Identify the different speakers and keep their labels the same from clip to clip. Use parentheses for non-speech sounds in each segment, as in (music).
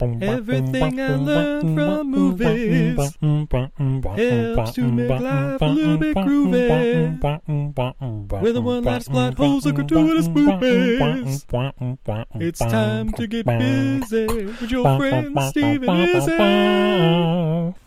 Speaker 1: Everything I learned from movies helps to make life a little bit groovy. Whether one last plot holes or gratuitous movies, it's time to get busy with your friend Steven Izzy.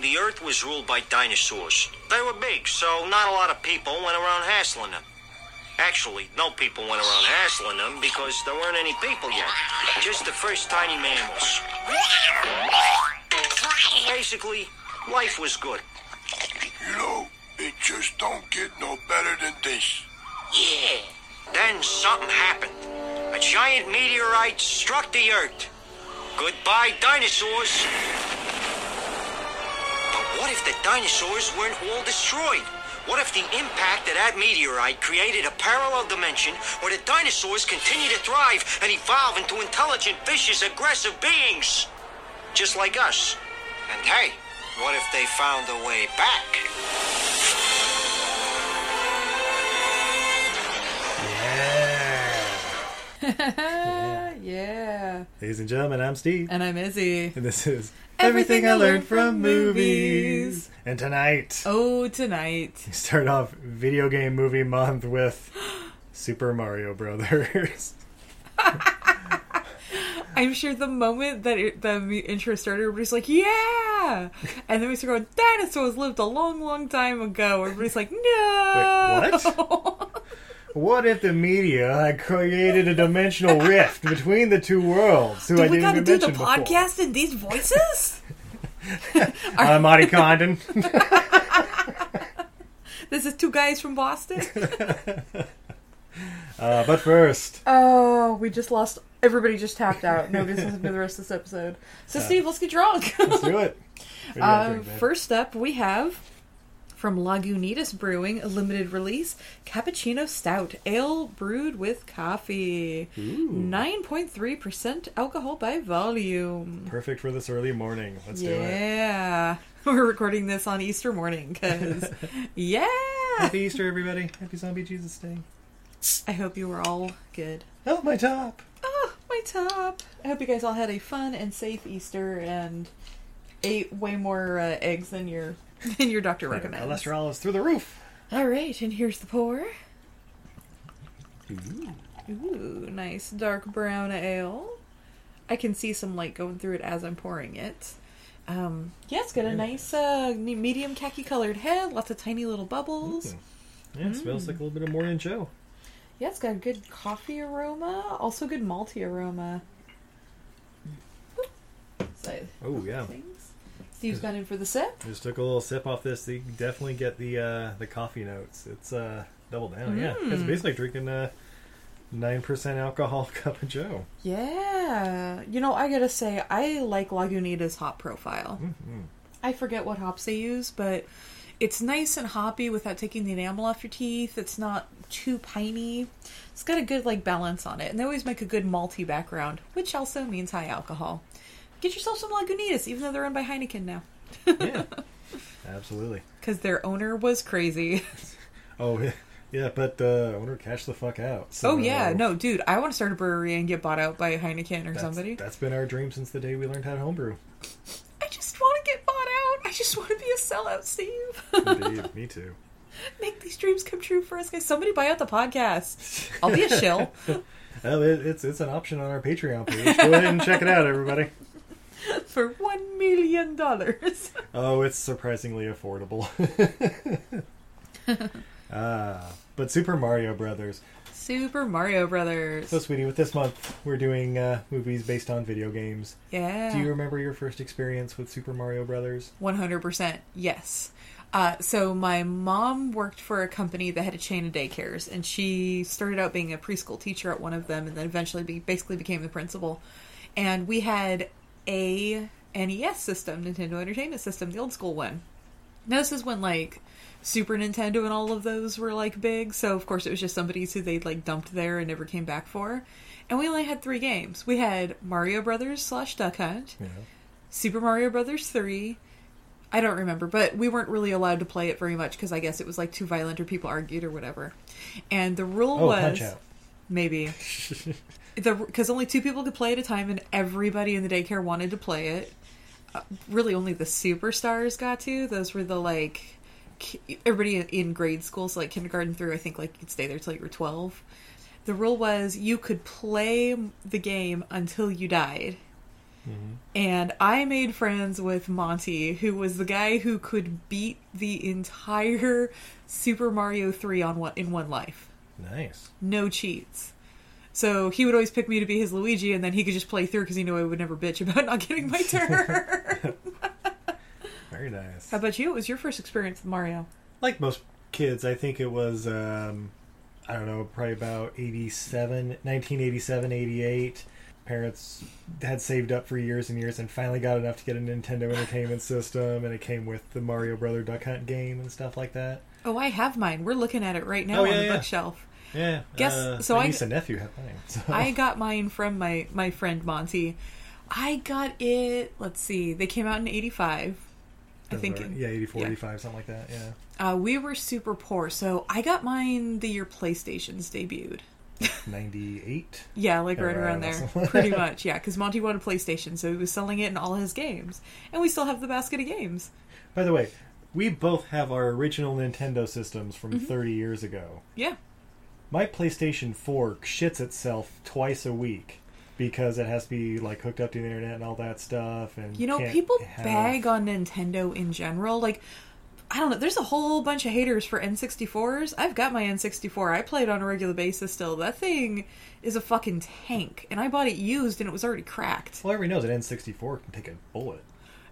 Speaker 2: the Earth was ruled by dinosaurs. They were big, so not a lot of people went around hassling them. Actually, no people went around hassling them because there weren't any people yet. Just the first tiny mammals. Basically, life was good.
Speaker 3: You know, it just don't get no better than this.
Speaker 2: Yeah. Then something happened. A giant meteorite struck the Earth. Goodbye, dinosaurs. What if the dinosaurs weren't all destroyed? What if the impact of that meteorite created a parallel dimension where the dinosaurs continue to thrive and evolve into intelligent, vicious, aggressive beings? Just like us. And hey, what if they found a way back?
Speaker 4: yeah. yeah.
Speaker 5: Ladies and gentlemen, I'm Steve.
Speaker 4: And I'm Izzy.
Speaker 5: And this is Everything, Everything I Learned from Movies. And tonight.
Speaker 4: Oh, tonight.
Speaker 5: We start off Video Game Movie Month with (gasps) Super
Speaker 4: (laughs)
Speaker 5: Mario Brothers.
Speaker 4: I'm sure the moment that it, the intro started, everybody's like, yeah! And then we start going, dinosaurs lived a long, long time ago. Everybody's like, no!
Speaker 5: Wait, what? What if the media had created a
Speaker 4: (laughs)
Speaker 5: dimensional rift between the two worlds?
Speaker 4: Who Do I we got to do the podcast before? in these voices? (laughs)
Speaker 5: I'm Marty Condon.
Speaker 4: this is two guys from
Speaker 5: (laughs)
Speaker 4: Boston.
Speaker 5: Uh, but first,
Speaker 4: oh, we just lost. Everybody just tapped out. Nobody's listening to the rest of this episode. So, uh, Steve, let's get drunk. (laughs)
Speaker 5: let's do it.
Speaker 4: Uh, drink, first up, we have from Lagunitas Brewing, a limited release cappuccino stout ale brewed with coffee. Ooh. 9.3% alcohol by volume.
Speaker 5: Perfect for this early morning. Let's
Speaker 4: yeah.
Speaker 5: do it.
Speaker 4: Yeah. (laughs) We're recording this on Easter morning
Speaker 5: (laughs)
Speaker 4: because, yeah.
Speaker 5: Happy Easter, everybody. Happy Zombie Jesus Day.
Speaker 4: I hope you were all good.
Speaker 5: Oh, my top.
Speaker 4: Oh, my top. I hope you guys all had a fun and safe Easter and ate way more uh, eggs than your (laughs) and your doctor recommends.
Speaker 5: Cholesterol is through the roof.
Speaker 4: All right, and here's the pour. Ooh. Ooh, nice dark brown ale. I can see some light going through it as I'm pouring it. Um, yeah, it's got a nice uh, medium khaki colored head, lots of tiny little bubbles.
Speaker 5: Ooh. Yeah, mm. smells like a little bit of morning joe.
Speaker 4: Yeah, it's got a good coffee aroma, also good malty aroma. Mm.
Speaker 5: So, oh, yeah.
Speaker 4: Steve's gone in for the sip.
Speaker 5: I just took a little sip off this. You definitely get the uh, the coffee notes. It's uh, double down. Mm. Yeah, it's basically drinking a nine percent alcohol (laughs) cup of Joe.
Speaker 4: Yeah, you know I gotta say I like Lagunitas hop profile. Mm-hmm. I forget what hops they use, but it's nice and hoppy without taking the enamel off your teeth. It's not too piney. It's got a good like balance on it, and they always make a good malty background, which also means high alcohol get yourself some Lagunitas, even though they're owned by Heineken now. (laughs)
Speaker 5: yeah, absolutely.
Speaker 4: Because their owner was crazy. (laughs)
Speaker 5: oh yeah, yeah, but uh, owner cashed the fuck out. So,
Speaker 4: oh yeah, uh, no, dude, I want to start a brewery and get bought out by Heineken or
Speaker 5: that's,
Speaker 4: somebody.
Speaker 5: That's been our dream since the day we learned how to homebrew.
Speaker 4: I just want to get bought out. I just want to be a sellout, Steve. (laughs)
Speaker 5: Indeed, me too.
Speaker 4: Make these dreams come true for us, guys. Somebody buy out the (laughs) podcast. I'll be a shill.
Speaker 5: well, it, it's it's an option on our Patreon page. Go ahead and check it out, everybody
Speaker 4: for one million dollars. (laughs)
Speaker 5: oh, it's surprisingly affordable. (laughs) uh, but Super Mario Brothers.
Speaker 4: Super Mario Brothers.
Speaker 5: So, sweetie, with this month, we're doing uh, movies based on video games.
Speaker 4: Yeah.
Speaker 5: Do you remember your first experience with Super Mario Brothers?
Speaker 4: One hundred percent. Yes. Uh, so my mom worked for a company that had a chain of daycares, and she started out being a preschool teacher at one of them, and then eventually be- basically became the principal. And we had a NES system, Nintendo Entertainment System, the old school one. Now, this is when like Super Nintendo and all of those were like big, so of course it was just somebody who they like dumped there and never came back for. And we only had three games. We had Mario Brothers slash Duck Hunt, Super Mario Brothers three. I don't remember, but we weren't really allowed to play it very much because I guess it was like too violent or people argued or whatever. And the rule
Speaker 5: Oh,
Speaker 4: was
Speaker 5: Punch Out.
Speaker 4: (laughs) maybe because only two people could play at a time and everybody in the daycare wanted to play it Uh, really only the superstars got to those were the like ki- everybody in- in grade school so like kindergarten through i think like you'd stay there till you were 12 the rule was you could play the game until you died and I made friends with Monty, who was the guy who could beat the entire Super Mario 3 on one in one life
Speaker 5: Nice.
Speaker 4: no cheats. So he would always pick me to be his Luigi, and then he could just play through because he knew I would never bitch about not getting my turn.
Speaker 5: Very nice.
Speaker 4: How about you? What was your first experience with Mario?
Speaker 5: like most kids, I think it was, um, I don't know, probably about 87, 1987, 88. Parents had saved up for years and years and finally got enough to get a Nintendo
Speaker 4: (laughs)
Speaker 5: Entertainment System, and it came with the Mario Brother Duck Hunt game and stuff like that.
Speaker 4: Oh, I have mine. We're looking at it right now
Speaker 5: Oh,
Speaker 4: on
Speaker 5: yeah,
Speaker 4: the
Speaker 5: yeah.
Speaker 4: bookshelf.
Speaker 5: Yeah.
Speaker 4: Guess-
Speaker 5: uh,
Speaker 4: so
Speaker 5: my
Speaker 4: I-
Speaker 5: niece and nephew have mine. (laughs) So.
Speaker 4: I got mine from my my friend Monty. I got it. Let's see. They came out in '85. I think.
Speaker 5: Yeah, 84,
Speaker 4: yeah.
Speaker 5: 85, something like that. Yeah.
Speaker 4: Uh, we were super poor, so I got mine the year PlayStation's debuted.
Speaker 5: 98.
Speaker 4: Yeah, like right
Speaker 5: Yeah,
Speaker 4: around
Speaker 5: right,
Speaker 4: there.
Speaker 5: awesome. (laughs)
Speaker 4: Pretty much, yeah, because Monty wanted PlayStation, so he was selling it in all his games. And we still have the basket of games.
Speaker 5: By the way, we both have our original Nintendo systems from
Speaker 4: Mm-hmm.
Speaker 5: 30 years ago.
Speaker 4: Yeah.
Speaker 5: My PlayStation 4 shits itself twice a week because it has to be like hooked up to the internet and all that stuff and
Speaker 4: You know,
Speaker 5: can't
Speaker 4: people
Speaker 5: have-
Speaker 4: bag on Nintendo in general. Like, I don't know, there's a whole bunch of haters for N64s. I've got my N64. I play it on a regular basis still. That thing is a fucking tank. And I bought it used and it was already cracked.
Speaker 5: Well, everybody knows that N64 can take a bullet.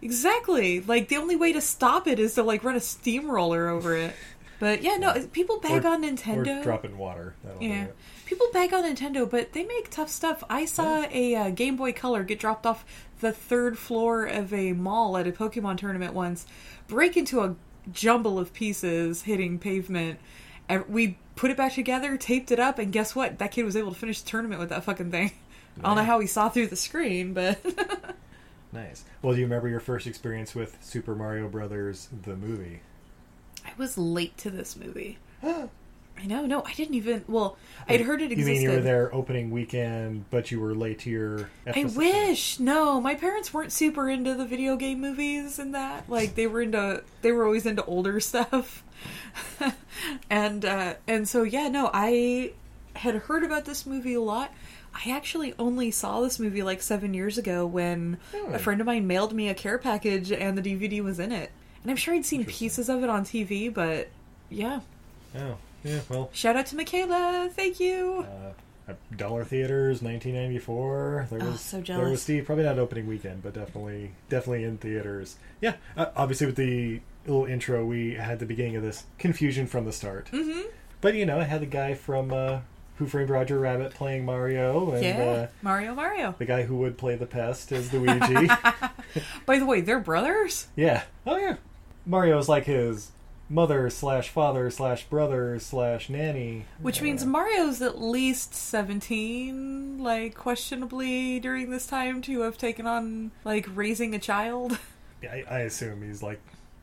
Speaker 4: Exactly. Like the only way to stop it is to like run a steamroller over it. But yeah, no, people bag
Speaker 5: Or-
Speaker 4: on Nintendo.
Speaker 5: Or drop it in water. That'll
Speaker 4: Yeah.
Speaker 5: do it.
Speaker 4: People bag on Nintendo, but they make tough stuff. I saw a uh, Game Boy Color get dropped off the third floor of a mall at a Pokemon tournament once, break into a jumble of pieces hitting pavement. And we put it back together, taped it up, and guess what? That kid was able to finish the tournament with that fucking thing. (laughs) I don't know how he saw through the screen, but (laughs)
Speaker 5: Nice. Well, do you remember your first experience with Super Mario Brothers the movie?
Speaker 4: I was late to this movie. (gasps) I know, no, I didn't even. Well, I'd heard it
Speaker 5: You
Speaker 4: existed.
Speaker 5: mean you were there opening weekend, but you were late to your
Speaker 4: I
Speaker 5: episode?
Speaker 4: wish. No, my parents weren't super into the video game movies and that. Like they were into they were always into older (laughs) stuff. and uh and so yeah, no, I had heard about this movie a lot. I actually only saw this movie like 7 years ago when a friend of mine mailed me a care package and the DVD was in it. And I'm sure I'd seen pieces of it on TV, but yeah.
Speaker 5: Oh, yeah, well,
Speaker 4: Shout out to Michaela. Thank you.
Speaker 5: uh, Dollar Theaters, 1994. There was,
Speaker 4: Oh, so
Speaker 5: There
Speaker 4: jealous.
Speaker 5: was Steve, probably not opening weekend, but definitely, definitely in theaters. Yeah, uh, obviously with the little intro we had at the beginning of this confusion from the start. Mm-hmm. But you know, I had the guy from uh, Who Framed Roger Rabbit playing Mario, and
Speaker 4: yeah.
Speaker 5: uh,
Speaker 4: Mario Mario.
Speaker 5: the guy who would play the pest
Speaker 4: (laughs)
Speaker 5: is Luigi.
Speaker 4: By the way, they're brothers?
Speaker 5: yeah. Oh yeah. Mario's like his mother slash father slash brother slash nanny.
Speaker 4: Which means Mario's at least 17, like, questionably during this time to have taken on, like, raising a child.
Speaker 5: I, I assume he's like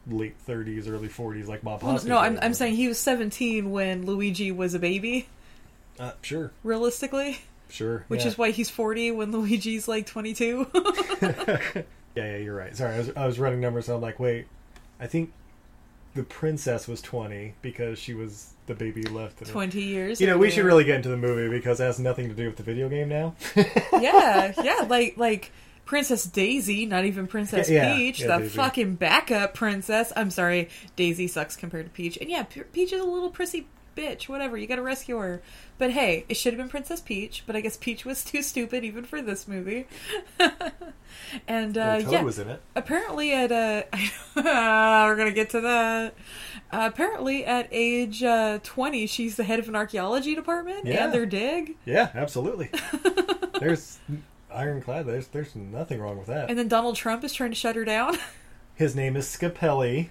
Speaker 5: late 30s, early 40s, like Bob
Speaker 4: Well, (laughs)
Speaker 5: Hoskins.
Speaker 4: no, I'm,
Speaker 5: was.
Speaker 4: I'm saying he was 17 when Luigi was a baby,
Speaker 5: Uh, sure,
Speaker 4: realistically.
Speaker 5: sure.
Speaker 4: Which
Speaker 5: yeah.
Speaker 4: is why he's 40 when Luigi's, like, (laughs) 22.
Speaker 5: Yeah, yeah, you're right. Sorry, I was, I was running numbers. And I'm like, wait, I think the princess was 20 because she was the baby left. in it.
Speaker 4: 20 years.
Speaker 5: You know, we
Speaker 4: ago.
Speaker 5: should really get into the movie because it has nothing to do with the video game now.
Speaker 4: Uh, Yeah, yeah, like, like. Princess Daisy, not even Princess
Speaker 5: Yeah, yeah,
Speaker 4: Peach,
Speaker 5: yeah,
Speaker 4: the
Speaker 5: Daisy.
Speaker 4: fucking backup princess. I'm sorry, Daisy sucks compared to Peach. And yeah, Pe- Peach is a little prissy bitch, whatever, you gotta rescue her. But hey, it should have been Princess Peach, but I guess Peach was (laughs) too stupid even for this movie. (laughs) and uh,
Speaker 5: Toad
Speaker 4: yeah,
Speaker 5: was in it.
Speaker 4: apparently at uh, (laughs) we're gonna get to that. Uh, apparently at age uh, 20, she's the head of an archaeology department (laughs)
Speaker 5: Yeah.
Speaker 4: and their dig.
Speaker 5: Yeah, absolutely. There's. I ironclad. There's there's nothing wrong with that.
Speaker 4: And then Donald Trump is trying to shut her down. (laughs)
Speaker 5: His name is Scapelli,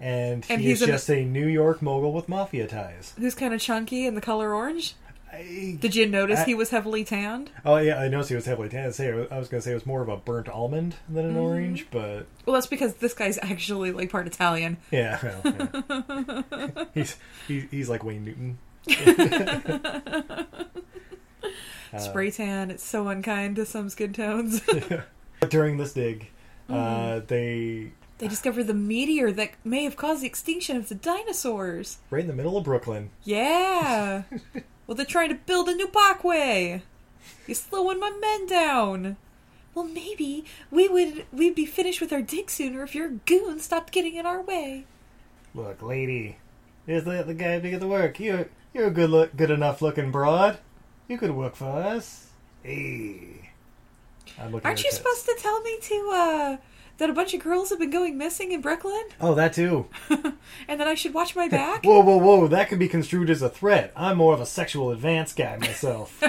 Speaker 5: and he
Speaker 4: And
Speaker 5: is
Speaker 4: he's an-
Speaker 5: just a New York mogul with mafia ties.
Speaker 4: Who's kind of chunky and the color orange?
Speaker 5: I,
Speaker 4: Did you notice
Speaker 5: I-
Speaker 4: he was heavily tanned?
Speaker 5: oh yeah, I noticed he was heavily tan. Say, I was going to say it was more of a burnt almond than
Speaker 4: Mm-hmm.
Speaker 5: an orange, but
Speaker 4: Well, that's because this guy's actually like part Italian.
Speaker 5: yeah, well,
Speaker 4: (laughs)
Speaker 5: yeah. he's, he's he's like Wayne Newton.
Speaker 4: Spray tan. It's so unkind to some skin tones.
Speaker 5: But during this dig, uh,
Speaker 4: Mm-hmm.
Speaker 5: they
Speaker 4: they discovered the meteor that may have caused the extinction of the dinosaurs.
Speaker 5: right in the middle of Brooklyn.
Speaker 4: Yeah. well, they're trying to build a new walkway. You're slowing my men down. Well, maybe we would we'd be finished with our dig sooner if your goon stopped getting in our way.
Speaker 5: Look, lady, is that the guy big at the work? You're you're a good look, good enough looking broad. You could work for us. Hey, I'm looking.
Speaker 4: Aren't
Speaker 5: at
Speaker 4: you
Speaker 5: her
Speaker 4: supposed to tell me to uh that a bunch of girls have been going missing in Brooklyn
Speaker 5: tits. Oh, that too.
Speaker 4: and that I should watch my
Speaker 5: (laughs)
Speaker 4: back?
Speaker 5: Whoa, whoa, whoa! That could be construed as a threat. I'm more of a sexual advance guy
Speaker 4: (laughs)
Speaker 5: myself.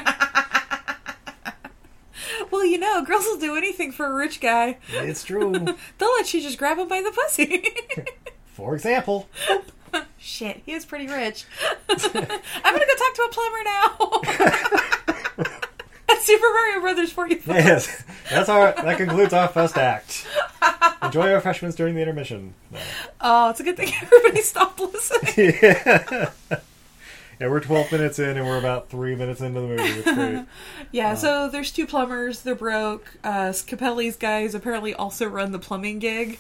Speaker 4: well, you know, girls will do anything for a rich guy. (laughs)
Speaker 5: it's true.
Speaker 4: They'll let you just grab him by the pussy.
Speaker 5: For example,
Speaker 4: Shit, he is pretty rich. (laughs) I'm gonna go talk to a plumber now. (laughs) That's Super Mario Brothers for you.
Speaker 5: yes, that's our. That concludes our first act. Enjoy your refreshments during the intermission. No.
Speaker 4: Oh, it's a good thing (laughs) everybody stopped listening.
Speaker 5: Yeah, we're 12 minutes in, and we're about three minutes into the movie. It's great.
Speaker 4: Yeah, so there's two plumbers. They're broke. Uh, Capelli's guys apparently also run the plumbing gig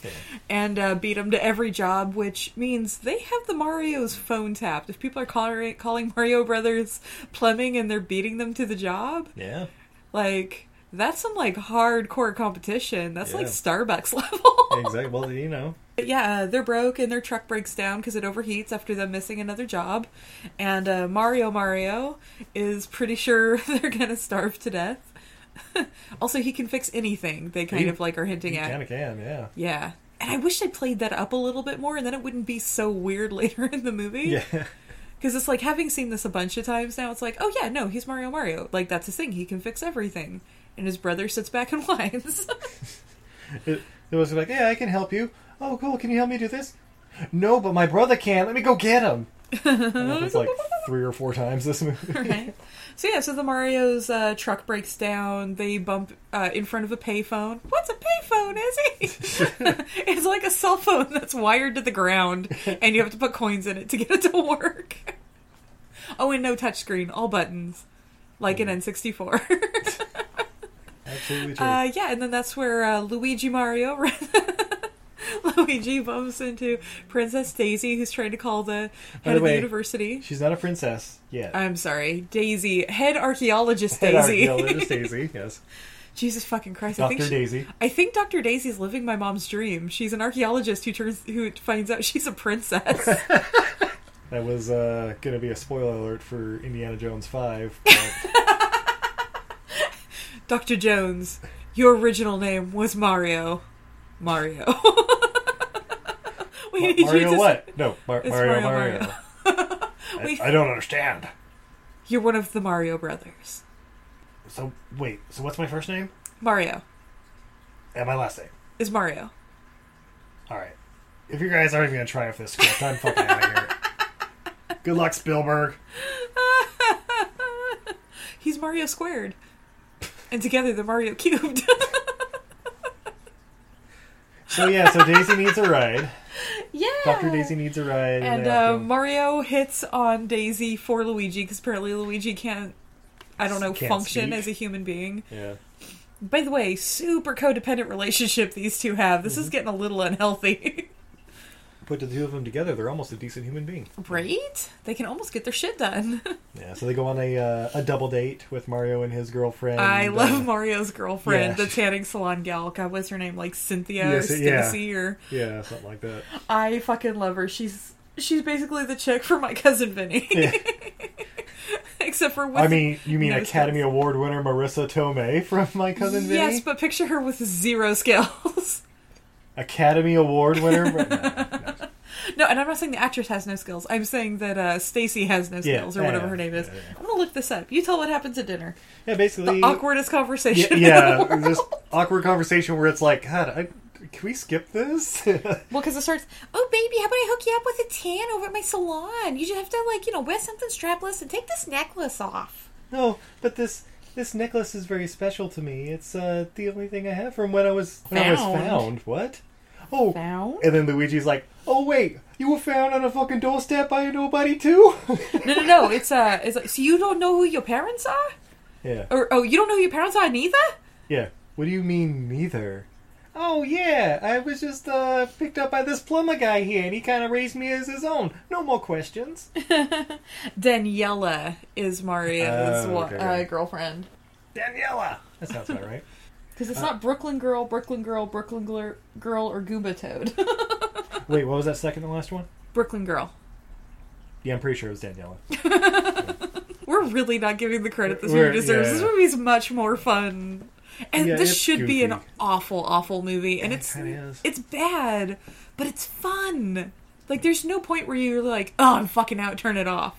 Speaker 4: and uh, beat them to every job, which means they have the Mario's phone tapped. If people are calling, calling Mario Brothers plumbing and they're beating them to the job,
Speaker 5: Yeah.
Speaker 4: like that's some like hardcore competition. That's like
Speaker 5: Yeah.
Speaker 4: Starbucks (laughs) level.
Speaker 5: Exactly. Well, you know.
Speaker 4: But yeah, uh, they're broke and their truck breaks down because it overheats after them missing another job. And uh, Mario Mario is pretty sure (laughs) they're going to starve to death. (laughs) also, he can fix anything, they kind
Speaker 5: He-
Speaker 4: of like are hinting at.
Speaker 5: Kind of can, yeah.
Speaker 4: Yeah. And I wish they played that up a little bit more and then it wouldn't be so weird (laughs) later in the movie.
Speaker 5: Yeah. (laughs)
Speaker 4: Because it's like having seen this a bunch of times now, it's like, oh yeah, no, he's Mario Mario. Like, that's his thing. He can fix everything. And his brother sits back and (laughs) whines.
Speaker 5: It, it was like, yeah, I can help you. Oh, cool. Can you help me do this? No, but my brother can. Let me go get him. I don't know if it's like three or four times this movie.
Speaker 4: right. (laughs) So yeah, so the Mario's uh, truck breaks down. They bump uh, in front of a payphone. What's a payphone, Izzy?
Speaker 5: (laughs)
Speaker 4: it's like a cell phone that's wired to the ground, and you have to put coins in it to get it to work. oh, and no touchscreen, all buttons, like
Speaker 5: Hmm.
Speaker 4: an N64.
Speaker 5: Absolutely true.
Speaker 4: uh, yeah, and then that's where uh, Luigi Mario. (laughs) Luigi bumps into Princess Daisy, who's trying to call the
Speaker 5: the
Speaker 4: head of the
Speaker 5: way,
Speaker 4: university.
Speaker 5: She's not a princess yet.
Speaker 4: I'm sorry, Daisy, head archaeologist
Speaker 5: Head
Speaker 4: Uh, Daisy. (laughs)
Speaker 5: archaeologist Daisy, yes.
Speaker 4: Jesus fucking Christ! I think
Speaker 5: Dr.
Speaker 4: she-
Speaker 5: Daisy.
Speaker 4: I think Dr. Daisy's living my mom's dream. She's an archaeologist who turns who finds out she's a
Speaker 5: (laughs)
Speaker 4: princess.
Speaker 5: That was uh, going to be a spoiler alert for Indiana Jones
Speaker 4: (laughs)
Speaker 5: 5. But
Speaker 4: Dr. Jones, your original name was Mario. Mario. (laughs) we need
Speaker 5: Mario
Speaker 4: you to
Speaker 5: what? No, Mar-
Speaker 4: It's
Speaker 5: Mario,
Speaker 4: Mario,
Speaker 5: Mario.
Speaker 4: Mario. We-
Speaker 5: (laughs) I, I don't understand.
Speaker 4: You're one of the Mario brothers.
Speaker 5: So, wait, so what's my first name?
Speaker 4: Mario
Speaker 5: And my last name.
Speaker 4: is Mario.
Speaker 5: All right. If you guys aren't even gonna try for this script, I'm fucking out of here.
Speaker 4: (laughs)
Speaker 5: Good luck, Spielberg.
Speaker 4: He's Mario squared, and together they're Mario cubed. (laughs)
Speaker 5: So yeah, so Daisy needs a ride.
Speaker 4: yeah.
Speaker 5: Doctor Daisy needs a ride,
Speaker 4: And
Speaker 5: they have
Speaker 4: uh,
Speaker 5: to-
Speaker 4: Mario hits on Daisy for Luigi because apparently Luigi can't, I don't know,
Speaker 5: Can't
Speaker 4: function
Speaker 5: speak.
Speaker 4: as a human being.
Speaker 5: yeah,
Speaker 4: By the way, super codependent relationship these two have. This
Speaker 5: Mhm.
Speaker 4: is getting a little
Speaker 5: (laughs)
Speaker 4: unhealthy.
Speaker 5: put the two of them together, they're almost a decent human being.
Speaker 4: right? They can almost get their shit done.
Speaker 5: Yeah, so they go on a uh, a double date with Mario and his girlfriend.
Speaker 4: I
Speaker 5: uh,
Speaker 4: love Mario's girlfriend,
Speaker 5: yeah.
Speaker 4: the tanning salon gal. God, what's her name? Like Cynthia
Speaker 5: Yes,
Speaker 4: or
Speaker 5: yeah.
Speaker 4: Stacy or.
Speaker 5: Yeah, something like that.
Speaker 4: I fucking love her. She's. She's basically the chick for my (laughs) cousin Vinny.
Speaker 5: Yeah.
Speaker 4: Except for with
Speaker 5: I mean, you mean
Speaker 4: No
Speaker 5: Academy
Speaker 4: skills.
Speaker 5: Award winner Marissa Tomei from My Cousin Vinny?
Speaker 4: Yes, but picture her with zero skills. (laughs)
Speaker 5: Academy Award winner. No, no.
Speaker 4: No, and I'm not saying the actress has no skills. I'm saying that uh, Stacy has no
Speaker 5: Yeah,
Speaker 4: skills or
Speaker 5: yeah,
Speaker 4: whatever
Speaker 5: yeah,
Speaker 4: her name is.
Speaker 5: yeah, yeah.
Speaker 4: I'm gonna look this up. You tell what happens at dinner.
Speaker 5: Yeah,
Speaker 4: The
Speaker 5: basically.
Speaker 4: awkwardest
Speaker 5: Yeah,
Speaker 4: conversation. (laughs) in the
Speaker 5: yeah
Speaker 4: world.
Speaker 5: this awkward conversation where it's like, God, I, can we skip this? (laughs)
Speaker 4: Well, because it starts, oh, baby, how about I hook you up with a tan over at my salon? You just have to, like, you know, wear something strapless and take this necklace off.
Speaker 5: no, but this this necklace is very special to me. It's uh, the only thing I have from when I was when I was
Speaker 4: Found.
Speaker 5: found. What? Oh,
Speaker 4: Found?
Speaker 5: and then Luigi's like, "Oh wait, you were found on a fucking doorstep by a nobody too." (laughs)
Speaker 4: No, no, no. It's, uh, it's like, so you don't know who your parents are?
Speaker 5: yeah,
Speaker 4: Or, oh, you don't know who your parents are neither?
Speaker 5: yeah. What do you mean neither? Oh yeah, I was just uh, picked up by this plumber guy here, and he kind of raised me as his own. No more questions.
Speaker 4: Daniela is Mario's
Speaker 5: Oh,
Speaker 4: wa- uh,
Speaker 5: okay.
Speaker 4: girlfriend.
Speaker 5: Daniela, that sounds about right.
Speaker 4: Because
Speaker 5: Uh.
Speaker 4: it's not Brooklyn Girl, Brooklyn Girl, Brooklyn Glir- Girl, or Goomba Toad.
Speaker 5: Wait, what was that second and last one?
Speaker 4: (laughs) Brooklyn Girl.
Speaker 5: Yeah, I'm pretty sure it was Daniela.
Speaker 4: We're really not giving the credit this
Speaker 5: We're-
Speaker 4: movie deserves.
Speaker 5: yeah.
Speaker 4: This movie's much more fun. And
Speaker 5: Yeah,
Speaker 4: this
Speaker 5: it's
Speaker 4: should be an
Speaker 5: goofy.
Speaker 4: awful, awful movie. And it's
Speaker 5: kinda is.
Speaker 4: it's bad, but it's fun. Like there's no point where you're like, oh, I'm fucking out, turn it off.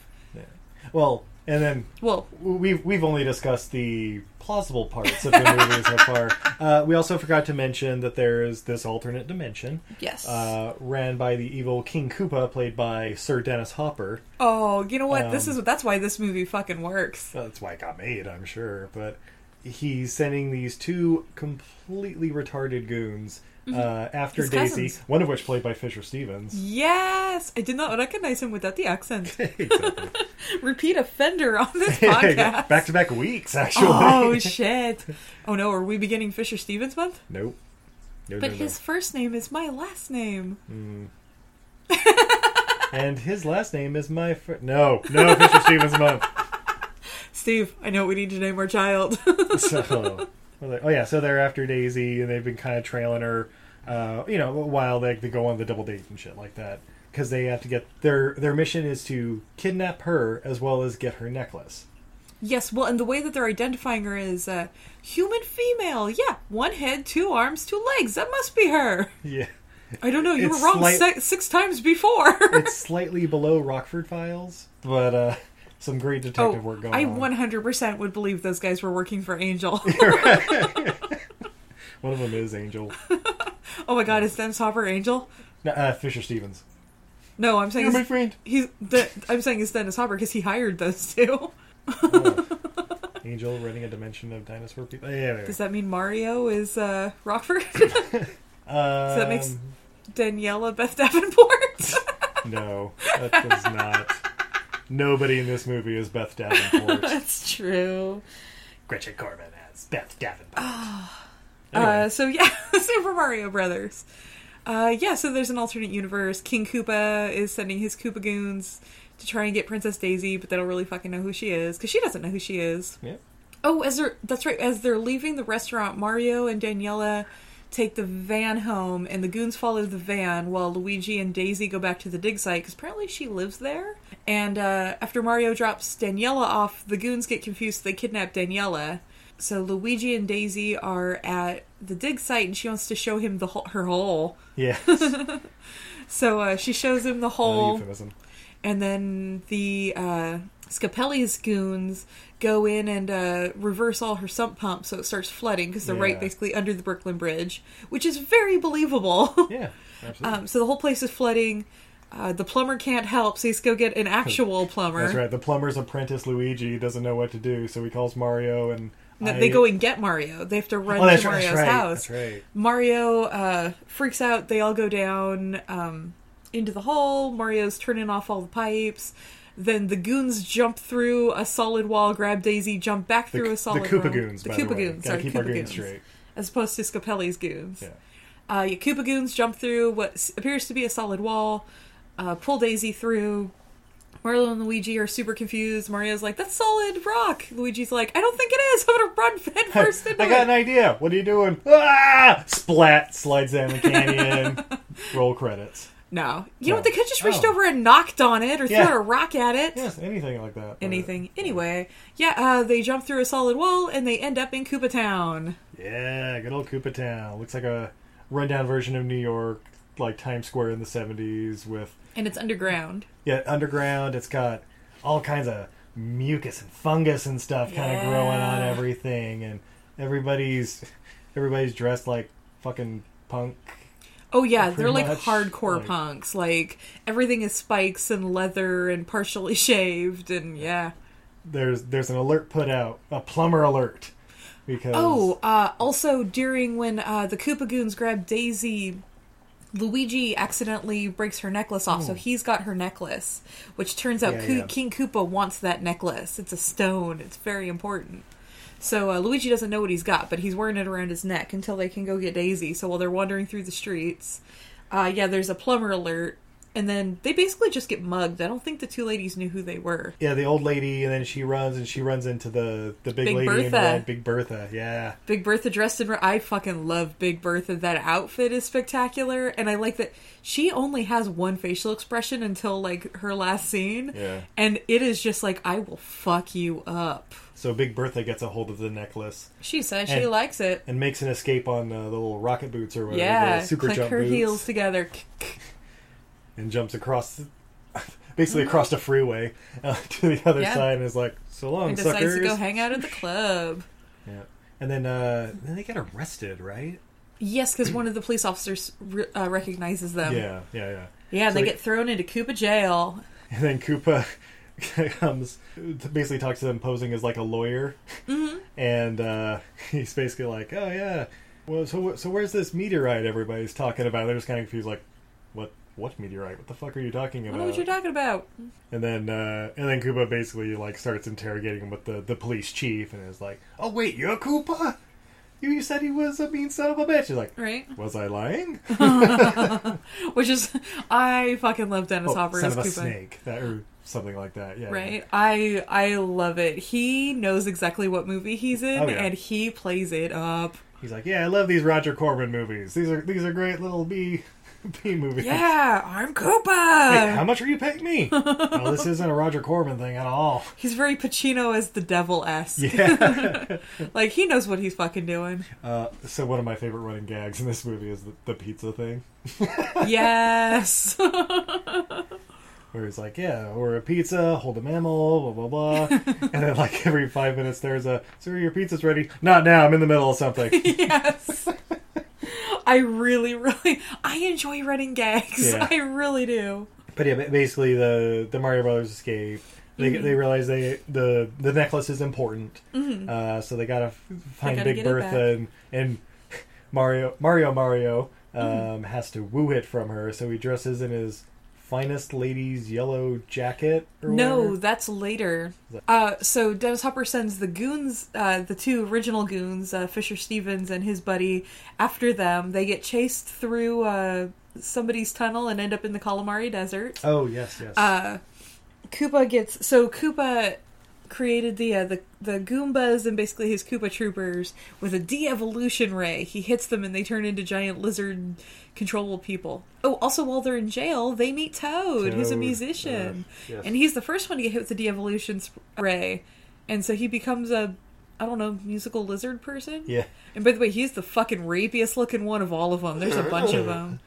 Speaker 5: Well, and then
Speaker 4: Well,
Speaker 5: we've we've only discussed the plausible parts of the movie so far. Uh, we also forgot to mention that there is this alternate dimension,
Speaker 4: yes.
Speaker 5: uh, ran by the evil King Koopa, played by Sir Dennis Hopper.
Speaker 4: oh, you know what? this
Speaker 5: um,
Speaker 4: is that's why this movie fucking works.
Speaker 5: That's why it got made, I'm sure. But he's sending these two completely retarded goons uh, after
Speaker 4: Mm-hmm. His
Speaker 5: Daisy,
Speaker 4: cousins.
Speaker 5: one of which played by Fisher Stevens.
Speaker 4: Yes, I did not recognize him without the accent.
Speaker 5: (laughs) Exactly.
Speaker 4: (laughs) Repeat offender on
Speaker 5: (laughs)
Speaker 4: this (laughs) podcast.
Speaker 5: Back to back weeks, actually.
Speaker 4: oh shit! Oh no, are we beginning Fisher Stevens month?
Speaker 5: (laughs) nope. No,
Speaker 4: But
Speaker 5: no, no.
Speaker 4: his first name is my last name.
Speaker 5: And his last name is my fr- no, no
Speaker 4: (laughs)
Speaker 5: Fisher Stevens month.
Speaker 4: Steve, I know what we need to name our child. (laughs)
Speaker 5: So, well, they- oh yeah, so they're after Daisy, and they've been kind of trailing her, uh, you know, while they, they go on the double date and shit like that, because they have to get their their mission is to kidnap her as well as get her necklace. (laughs)
Speaker 4: yes, well, and the way that they're identifying her is uh, human female. Yeah, one head, two arms, two legs. That must be her.
Speaker 5: Yeah,
Speaker 4: I don't know. You
Speaker 5: It's
Speaker 4: were wrong
Speaker 5: slight-
Speaker 4: se- six times before. (laughs)
Speaker 5: it's slightly below Rockford Files, but uh, some great detective work going
Speaker 4: Oh, I
Speaker 5: on.
Speaker 4: 100% would believe those guys were working for
Speaker 5: (laughs)
Speaker 4: Angel. (laughs)
Speaker 5: One of them
Speaker 4: (laughs)
Speaker 5: is Angel,
Speaker 4: oh my god, is Dennis Hopper Angel?
Speaker 5: no, uh, Fisher Stevens.
Speaker 4: No, I'm saying
Speaker 5: You're my
Speaker 4: it's-
Speaker 5: friend.
Speaker 4: he's. The, I'm saying it's Dennis Hopper because he hired those two.
Speaker 5: Angel running a dimension of dinosaur people. Yeah,
Speaker 4: Does that mean Mario is uh, Rockford? (laughs)
Speaker 5: um,
Speaker 4: that makes- Daniela Beth Davenport?
Speaker 5: No, that does not. Nobody in this movie is Beth
Speaker 4: (laughs)
Speaker 5: Davenport.
Speaker 4: That's true.
Speaker 5: Gretchen Corbin as Beth
Speaker 4: Ah.
Speaker 5: Davenport.
Speaker 4: Uh, so yeah, (laughs) Super Mario Brothers. Uh, yeah, so there's an alternate universe. King Koopa is sending his Koopa goons to try and get Princess Daisy, but they don't really fucking know who she is because she doesn't know who she is.
Speaker 5: Yeah.
Speaker 4: Oh, as they're that's right. As they're leaving the restaurant, Mario and Daniela take the van home, and the goons follow the van while Luigi and Daisy go back to the dig site because apparently she lives there. And uh, after Mario drops Daniela off, the goons get confused. They kidnap Daniela. So Luigi and Daisy are at the dig site, and she wants to show him the hole, her hole.
Speaker 5: (laughs) Yeah.
Speaker 4: So uh, she shows him the hole (laughs)
Speaker 5: Euphemism.
Speaker 4: and then the uh, Scapelli's goons go in and uh, reverse all her sump pump, so it starts flooding because they're right
Speaker 5: Yeah.
Speaker 4: basically under the Brooklyn Bridge, which is very believable.
Speaker 5: Yeah.
Speaker 4: (laughs)
Speaker 5: Absolutely.
Speaker 4: um, so the whole place is flooding. Uh, the plumber can't help, so he's go get
Speaker 5: (laughs)
Speaker 4: an actual plumber.
Speaker 5: That's right. The plumber's apprentice Luigi doesn't know what to do, so he calls Mario and
Speaker 4: No,
Speaker 5: I-
Speaker 4: They go and get Mario. They have to run
Speaker 5: Oh,
Speaker 4: to
Speaker 5: that's right,
Speaker 4: Mario's
Speaker 5: that's right,
Speaker 4: house.
Speaker 5: that's right.
Speaker 4: Mario uh, freaks out. They all go down um, into the hole. Mario's turning off all the pipes. Then the goons jump through a solid wall, grab Daisy, jump back
Speaker 5: the,
Speaker 4: through a solid
Speaker 5: the Koopa
Speaker 4: wall.
Speaker 5: Goons.
Speaker 4: The
Speaker 5: by
Speaker 4: Koopa
Speaker 5: the way.
Speaker 4: Goons.
Speaker 5: Gotta
Speaker 4: sorry,
Speaker 5: keep
Speaker 4: Koopa
Speaker 5: our goons,
Speaker 4: Goons.
Speaker 5: straight.
Speaker 4: As opposed to Scapelli's goons.
Speaker 5: Yeah.
Speaker 4: Uh, yeah, Koopa Goons jump through what s- appears to be a solid wall, uh, pull Daisy through. Mario and Luigi are super confused. Mario's like, that's solid rock. Luigi's like, I don't think it is. I'm going to
Speaker 5: (laughs)
Speaker 4: run headfirst into
Speaker 5: I got
Speaker 4: it."
Speaker 5: an idea. What are you doing? Ah! Splat slides down the
Speaker 4: (laughs)
Speaker 5: canyon. Roll credits.
Speaker 4: No. You know
Speaker 5: No.
Speaker 4: what? They could have just reached
Speaker 5: Oh.
Speaker 4: over and knocked on it or
Speaker 5: Yeah.
Speaker 4: thrown a rock at it.
Speaker 5: Yes, anything like that. but-
Speaker 4: Anything. Anyway, yeah, uh, they jump through a solid wall and they end up in Koopa Town.
Speaker 5: Yeah, good old Koopa Town. Looks like a rundown version of New York. like Times Square in the 70s with
Speaker 4: and it's underground.
Speaker 5: yeah, underground. It's got all kinds of mucus and fungus and stuff kind of growing on
Speaker 4: Yeah.
Speaker 5: everything, and everybody's everybody's dressed like fucking punk.
Speaker 4: Oh yeah,
Speaker 5: Pretty
Speaker 4: they're like
Speaker 5: much,
Speaker 4: hardcore
Speaker 5: like-
Speaker 4: punks. Like everything is spikes and leather and partially (laughs) shaved and yeah.
Speaker 5: There's there's an alert put out, a plumber alert, because
Speaker 4: Oh, uh, also during when uh, the Koopa Goons grab Daisy, Luigi accidentally breaks her necklace off, so he's got her necklace, which turns out
Speaker 5: Hmm. Yeah,
Speaker 4: Koo-
Speaker 5: yeah.
Speaker 4: King Koopa wants that necklace. It's a stone. It's very important. So uh, Luigi doesn't know what he's got, but he's wearing it around his neck until they can go get Daisy. So while they're wandering through the streets, uh, yeah, there's a plumber alert, and then they basically just get mugged. I don't think the two ladies knew who they were.
Speaker 5: yeah, the old lady, and then she runs and she runs into the the big,
Speaker 4: Big
Speaker 5: lady in
Speaker 4: Bertha.
Speaker 5: red, Big Bertha. Yeah,
Speaker 4: Big Bertha dressed in. Re- I fucking love Big Bertha. That outfit is spectacular, and I like that she only has one facial expression until like her last scene.
Speaker 5: Yeah.
Speaker 4: and it is just like I will fuck you up.
Speaker 5: so Big Bertha gets a hold of the necklace
Speaker 4: She says she
Speaker 5: And-
Speaker 4: likes it.
Speaker 5: and makes an escape on uh, the little rocket boots or whatever,
Speaker 4: yeah,
Speaker 5: the super
Speaker 4: click
Speaker 5: jump
Speaker 4: her
Speaker 5: boots,
Speaker 4: heels together. K- k-
Speaker 5: and jumps across, (laughs) basically across the freeway uh, (laughs) to the other
Speaker 4: Yeah.
Speaker 5: side, and is like, "So long,
Speaker 4: And decides
Speaker 5: suckers."
Speaker 4: to go hang out at the club.
Speaker 5: yeah. And then, uh, then they get arrested, right?
Speaker 4: Yes, because one of the police officers re- uh, recognizes them.
Speaker 5: Yeah, yeah, yeah.
Speaker 4: Yeah,
Speaker 5: So
Speaker 4: they
Speaker 5: they-
Speaker 4: get thrown into Koopa jail.
Speaker 5: And then Koopa (laughs) comes, to basically talks to them, posing as like a lawyer,
Speaker 4: Mm-hmm.
Speaker 5: and uh, (laughs) he's basically like, "Oh yeah, well, so so where's this meteorite everybody's talking about?" They're just kind of confused, like, "What what meteorite? What the fuck are you talking
Speaker 4: I don't
Speaker 5: about?"
Speaker 4: know what you're talking about.
Speaker 5: And then uh, and then Koopa basically like starts interrogating him with the, the police chief and is like, Oh wait, you're Koopa? You, you said he was a mean son of a bitch. He's like,
Speaker 4: Right.
Speaker 5: Was I lying?
Speaker 4: Which is, I fucking love Dennis
Speaker 5: Oh,
Speaker 4: Hopper
Speaker 5: son
Speaker 4: as
Speaker 5: of a
Speaker 4: Koopa.
Speaker 5: snake. That or something like that. Yeah.
Speaker 4: Right? I I love it. He knows exactly what movie he's in
Speaker 5: Oh, yeah.
Speaker 4: and he plays it up.
Speaker 5: (laughs) He's like, Yeah, I love these Roger Corman movies. These are these are great little B (laughs) B movies.
Speaker 4: Yeah, I'm
Speaker 5: Hey,
Speaker 4: Koopa.
Speaker 5: how much are you paying me? no, this isn't a Roger Corman thing at all.
Speaker 4: he's very Pacino as the devil esque.
Speaker 5: Yeah.
Speaker 4: (laughs) Like he knows what he's fucking doing.
Speaker 5: uh, so one of my favorite running gags in this movie is the, the pizza thing.
Speaker 4: yes. (laughs)
Speaker 5: where he's like, yeah, order a pizza, hold a mammal, blah blah blah, and then like every five minutes there's a, sir, your pizza's ready. Not now, I'm in the middle of something. (laughs)
Speaker 4: yes. I really, really, I enjoy running gags.
Speaker 5: Yeah.
Speaker 4: (laughs) I really do.
Speaker 5: but yeah, ba- basically the the Mario Brothers escape. They,
Speaker 4: Mm-hmm.
Speaker 5: they realize they the the necklace is important, uh, so they gotta f- find
Speaker 4: Mm-hmm. gotta
Speaker 5: Big
Speaker 4: get it
Speaker 5: Bertha and, and (laughs) Mario Mario Mario um,
Speaker 4: Mm-hmm.
Speaker 5: has to woo it from her. So he dresses in his finest lady's yellow jacket. Or
Speaker 4: No,
Speaker 5: whatever.
Speaker 4: that's later. Uh, so Dennis Hopper sends the goons, uh, the two original goons, uh, Fisher Stevens and his buddy, after them. They get chased through uh, somebody's tunnel and end up in the Calamari Desert.
Speaker 5: Oh yes, yes.
Speaker 4: uh, Koopa gets so Koopa created the uh, the the Goombas and basically his Koopa troopers with a de-evolution ray. He hits them and they turn into giant lizard controllable people. Oh, also while they're in jail, they meet Toad, who's a
Speaker 5: Toad,
Speaker 4: musician,
Speaker 5: uh, yes.
Speaker 4: and he's the first one to get hit with the de-evolution sp- ray, and so he becomes a I don't know musical lizard person.
Speaker 5: yeah.
Speaker 4: And by the way, he's the fucking rapiest looking one of all of them. There's a bunch of them.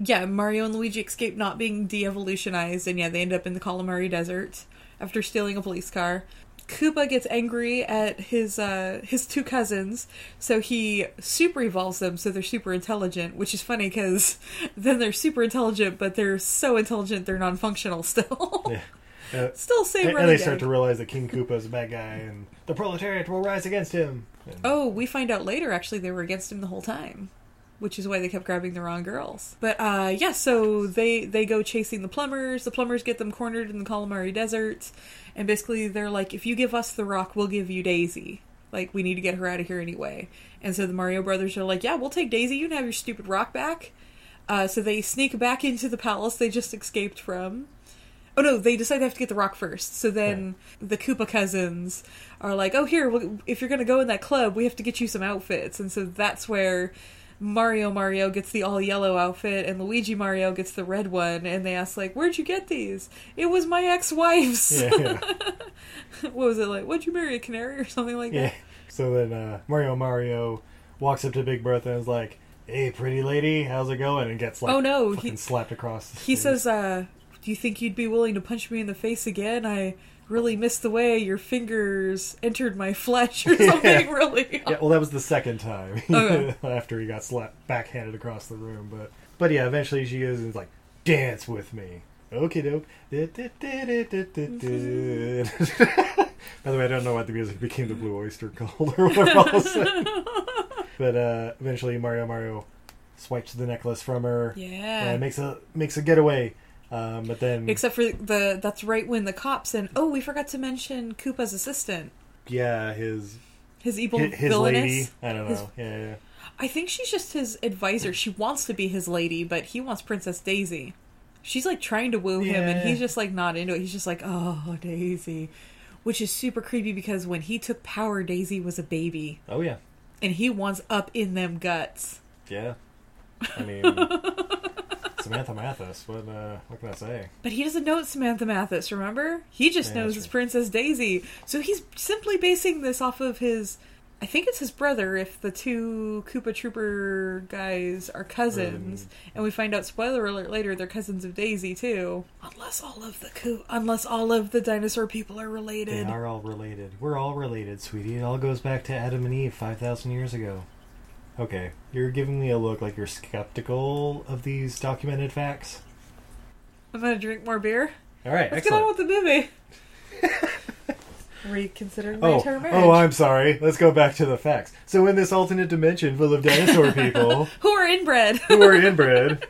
Speaker 4: Yeah, Mario and Luigi escape not being de evolutionized, and yeah, they end up in the Calamari Desert after stealing a police car. Koopa gets angry at his uh, his two cousins, so he super evolves them so they're super intelligent, which is funny because (laughs) then they're super intelligent, but they're so intelligent they're non functional still. (laughs)
Speaker 5: Uh,
Speaker 4: still same
Speaker 5: And, and they
Speaker 4: running
Speaker 5: start
Speaker 4: gag.
Speaker 5: to realize that King Koopa is a bad guy, and the proletariat will rise
Speaker 4: (laughs)
Speaker 5: against him. And
Speaker 4: Oh, we find out later actually they were against him the whole time, which is why they kept grabbing the wrong girls. But uh yeah, so they they go chasing the plumbers. The plumbers get them cornered in the Calamari Desert, and basically they're like, if you give us the rock, we'll give you Daisy. Like we need to get her out of here anyway. And so the Mario brothers are like, yeah, we'll take Daisy. You can have your stupid rock back. Uh, so they sneak back into the palace they just escaped from. Oh no, they decide they have to get the rock first. So then the Koopa cousins are like, "Oh, here, we'll- if you're going to go in that club, we have to get you some outfits." And so that's where Mario Mario gets the all yellow outfit and Luigi Mario gets the red one and they ask like, "Where'd you get these?" "It was my ex-wife's."
Speaker 5: Yeah, yeah,
Speaker 4: (laughs) what was it like? "What'd you marry a
Speaker 5: (laughs)
Speaker 4: canary or something like
Speaker 5: yeah. So then uh, Mario Mario walks up to Big Bertha and is like, "Hey, pretty lady, how's it going?" and gets like
Speaker 4: Oh, no,
Speaker 5: fucking
Speaker 4: he-
Speaker 5: slapped across. The
Speaker 4: He
Speaker 5: face.
Speaker 4: says, uh, Do you think you'd be willing to punch me in the face again? I really miss the way your fingers entered my flesh or something, really.
Speaker 5: Yeah, well, that was the second time
Speaker 4: Oh.
Speaker 5: (laughs)
Speaker 4: Okay.
Speaker 5: after he got slapped backhanded across the room. But but yeah, eventually she goes and is like, "Dance with me." Okay, doke. By (laughs) the way, I don't know why the music became the Blue Oyster Cult or whatever
Speaker 4: (laughs)
Speaker 5: else. but uh, eventually, Mario Mario swipes the necklace from her.
Speaker 4: Yeah.
Speaker 5: and makes a makes a getaway. Um, but then,
Speaker 4: Except for the, that's right when the cops and, oh, we forgot to mention Koopa's assistant,
Speaker 5: yeah, his
Speaker 4: his evil
Speaker 5: his, his
Speaker 4: villainess.
Speaker 5: lady. I don't know. yeah, yeah.
Speaker 4: I think she's just his advisor. She wants to be his lady, but he wants Princess Daisy. She's like trying to woo him,
Speaker 5: Yeah.
Speaker 4: and he's just like not into it. He's just like, oh, Daisy. Which is super creepy because when he took power, Daisy was a baby,
Speaker 5: Oh yeah.
Speaker 4: and he wants up in them guts.
Speaker 5: Yeah. I (laughs) mean, Samantha Mathis. What, uh, what can I say?
Speaker 4: But he doesn't know it's Samantha Mathis, remember? He just
Speaker 5: Yeah,
Speaker 4: knows
Speaker 5: that's
Speaker 4: it's
Speaker 5: right.
Speaker 4: Princess Daisy. So he's simply basing this off of his. I think it's his brother, if the two Koopa Trooper guys are cousins, and we find out, spoiler alert later, they're cousins of Daisy too. Unless all of the Koo- unless all of the dinosaur people are
Speaker 5: They
Speaker 4: related.
Speaker 5: are all related. We're all related, sweetie. It all goes back to Adam and Eve 5,000 years ago. Okay, you're giving me a look like you're skeptical of these documented facts.
Speaker 4: I'm gonna drink more beer.
Speaker 5: All right,
Speaker 4: Let's get on with
Speaker 5: excellent.
Speaker 4: the
Speaker 5: (laughs)
Speaker 4: movie. Reconsidering my
Speaker 5: Oh,
Speaker 4: entire marriage.
Speaker 5: oh, I'm sorry. Let's go back to the facts. So, in this alternate dimension full of (laughs) dinosaur people
Speaker 4: Who are inbred? (laughs)
Speaker 5: who are inbred,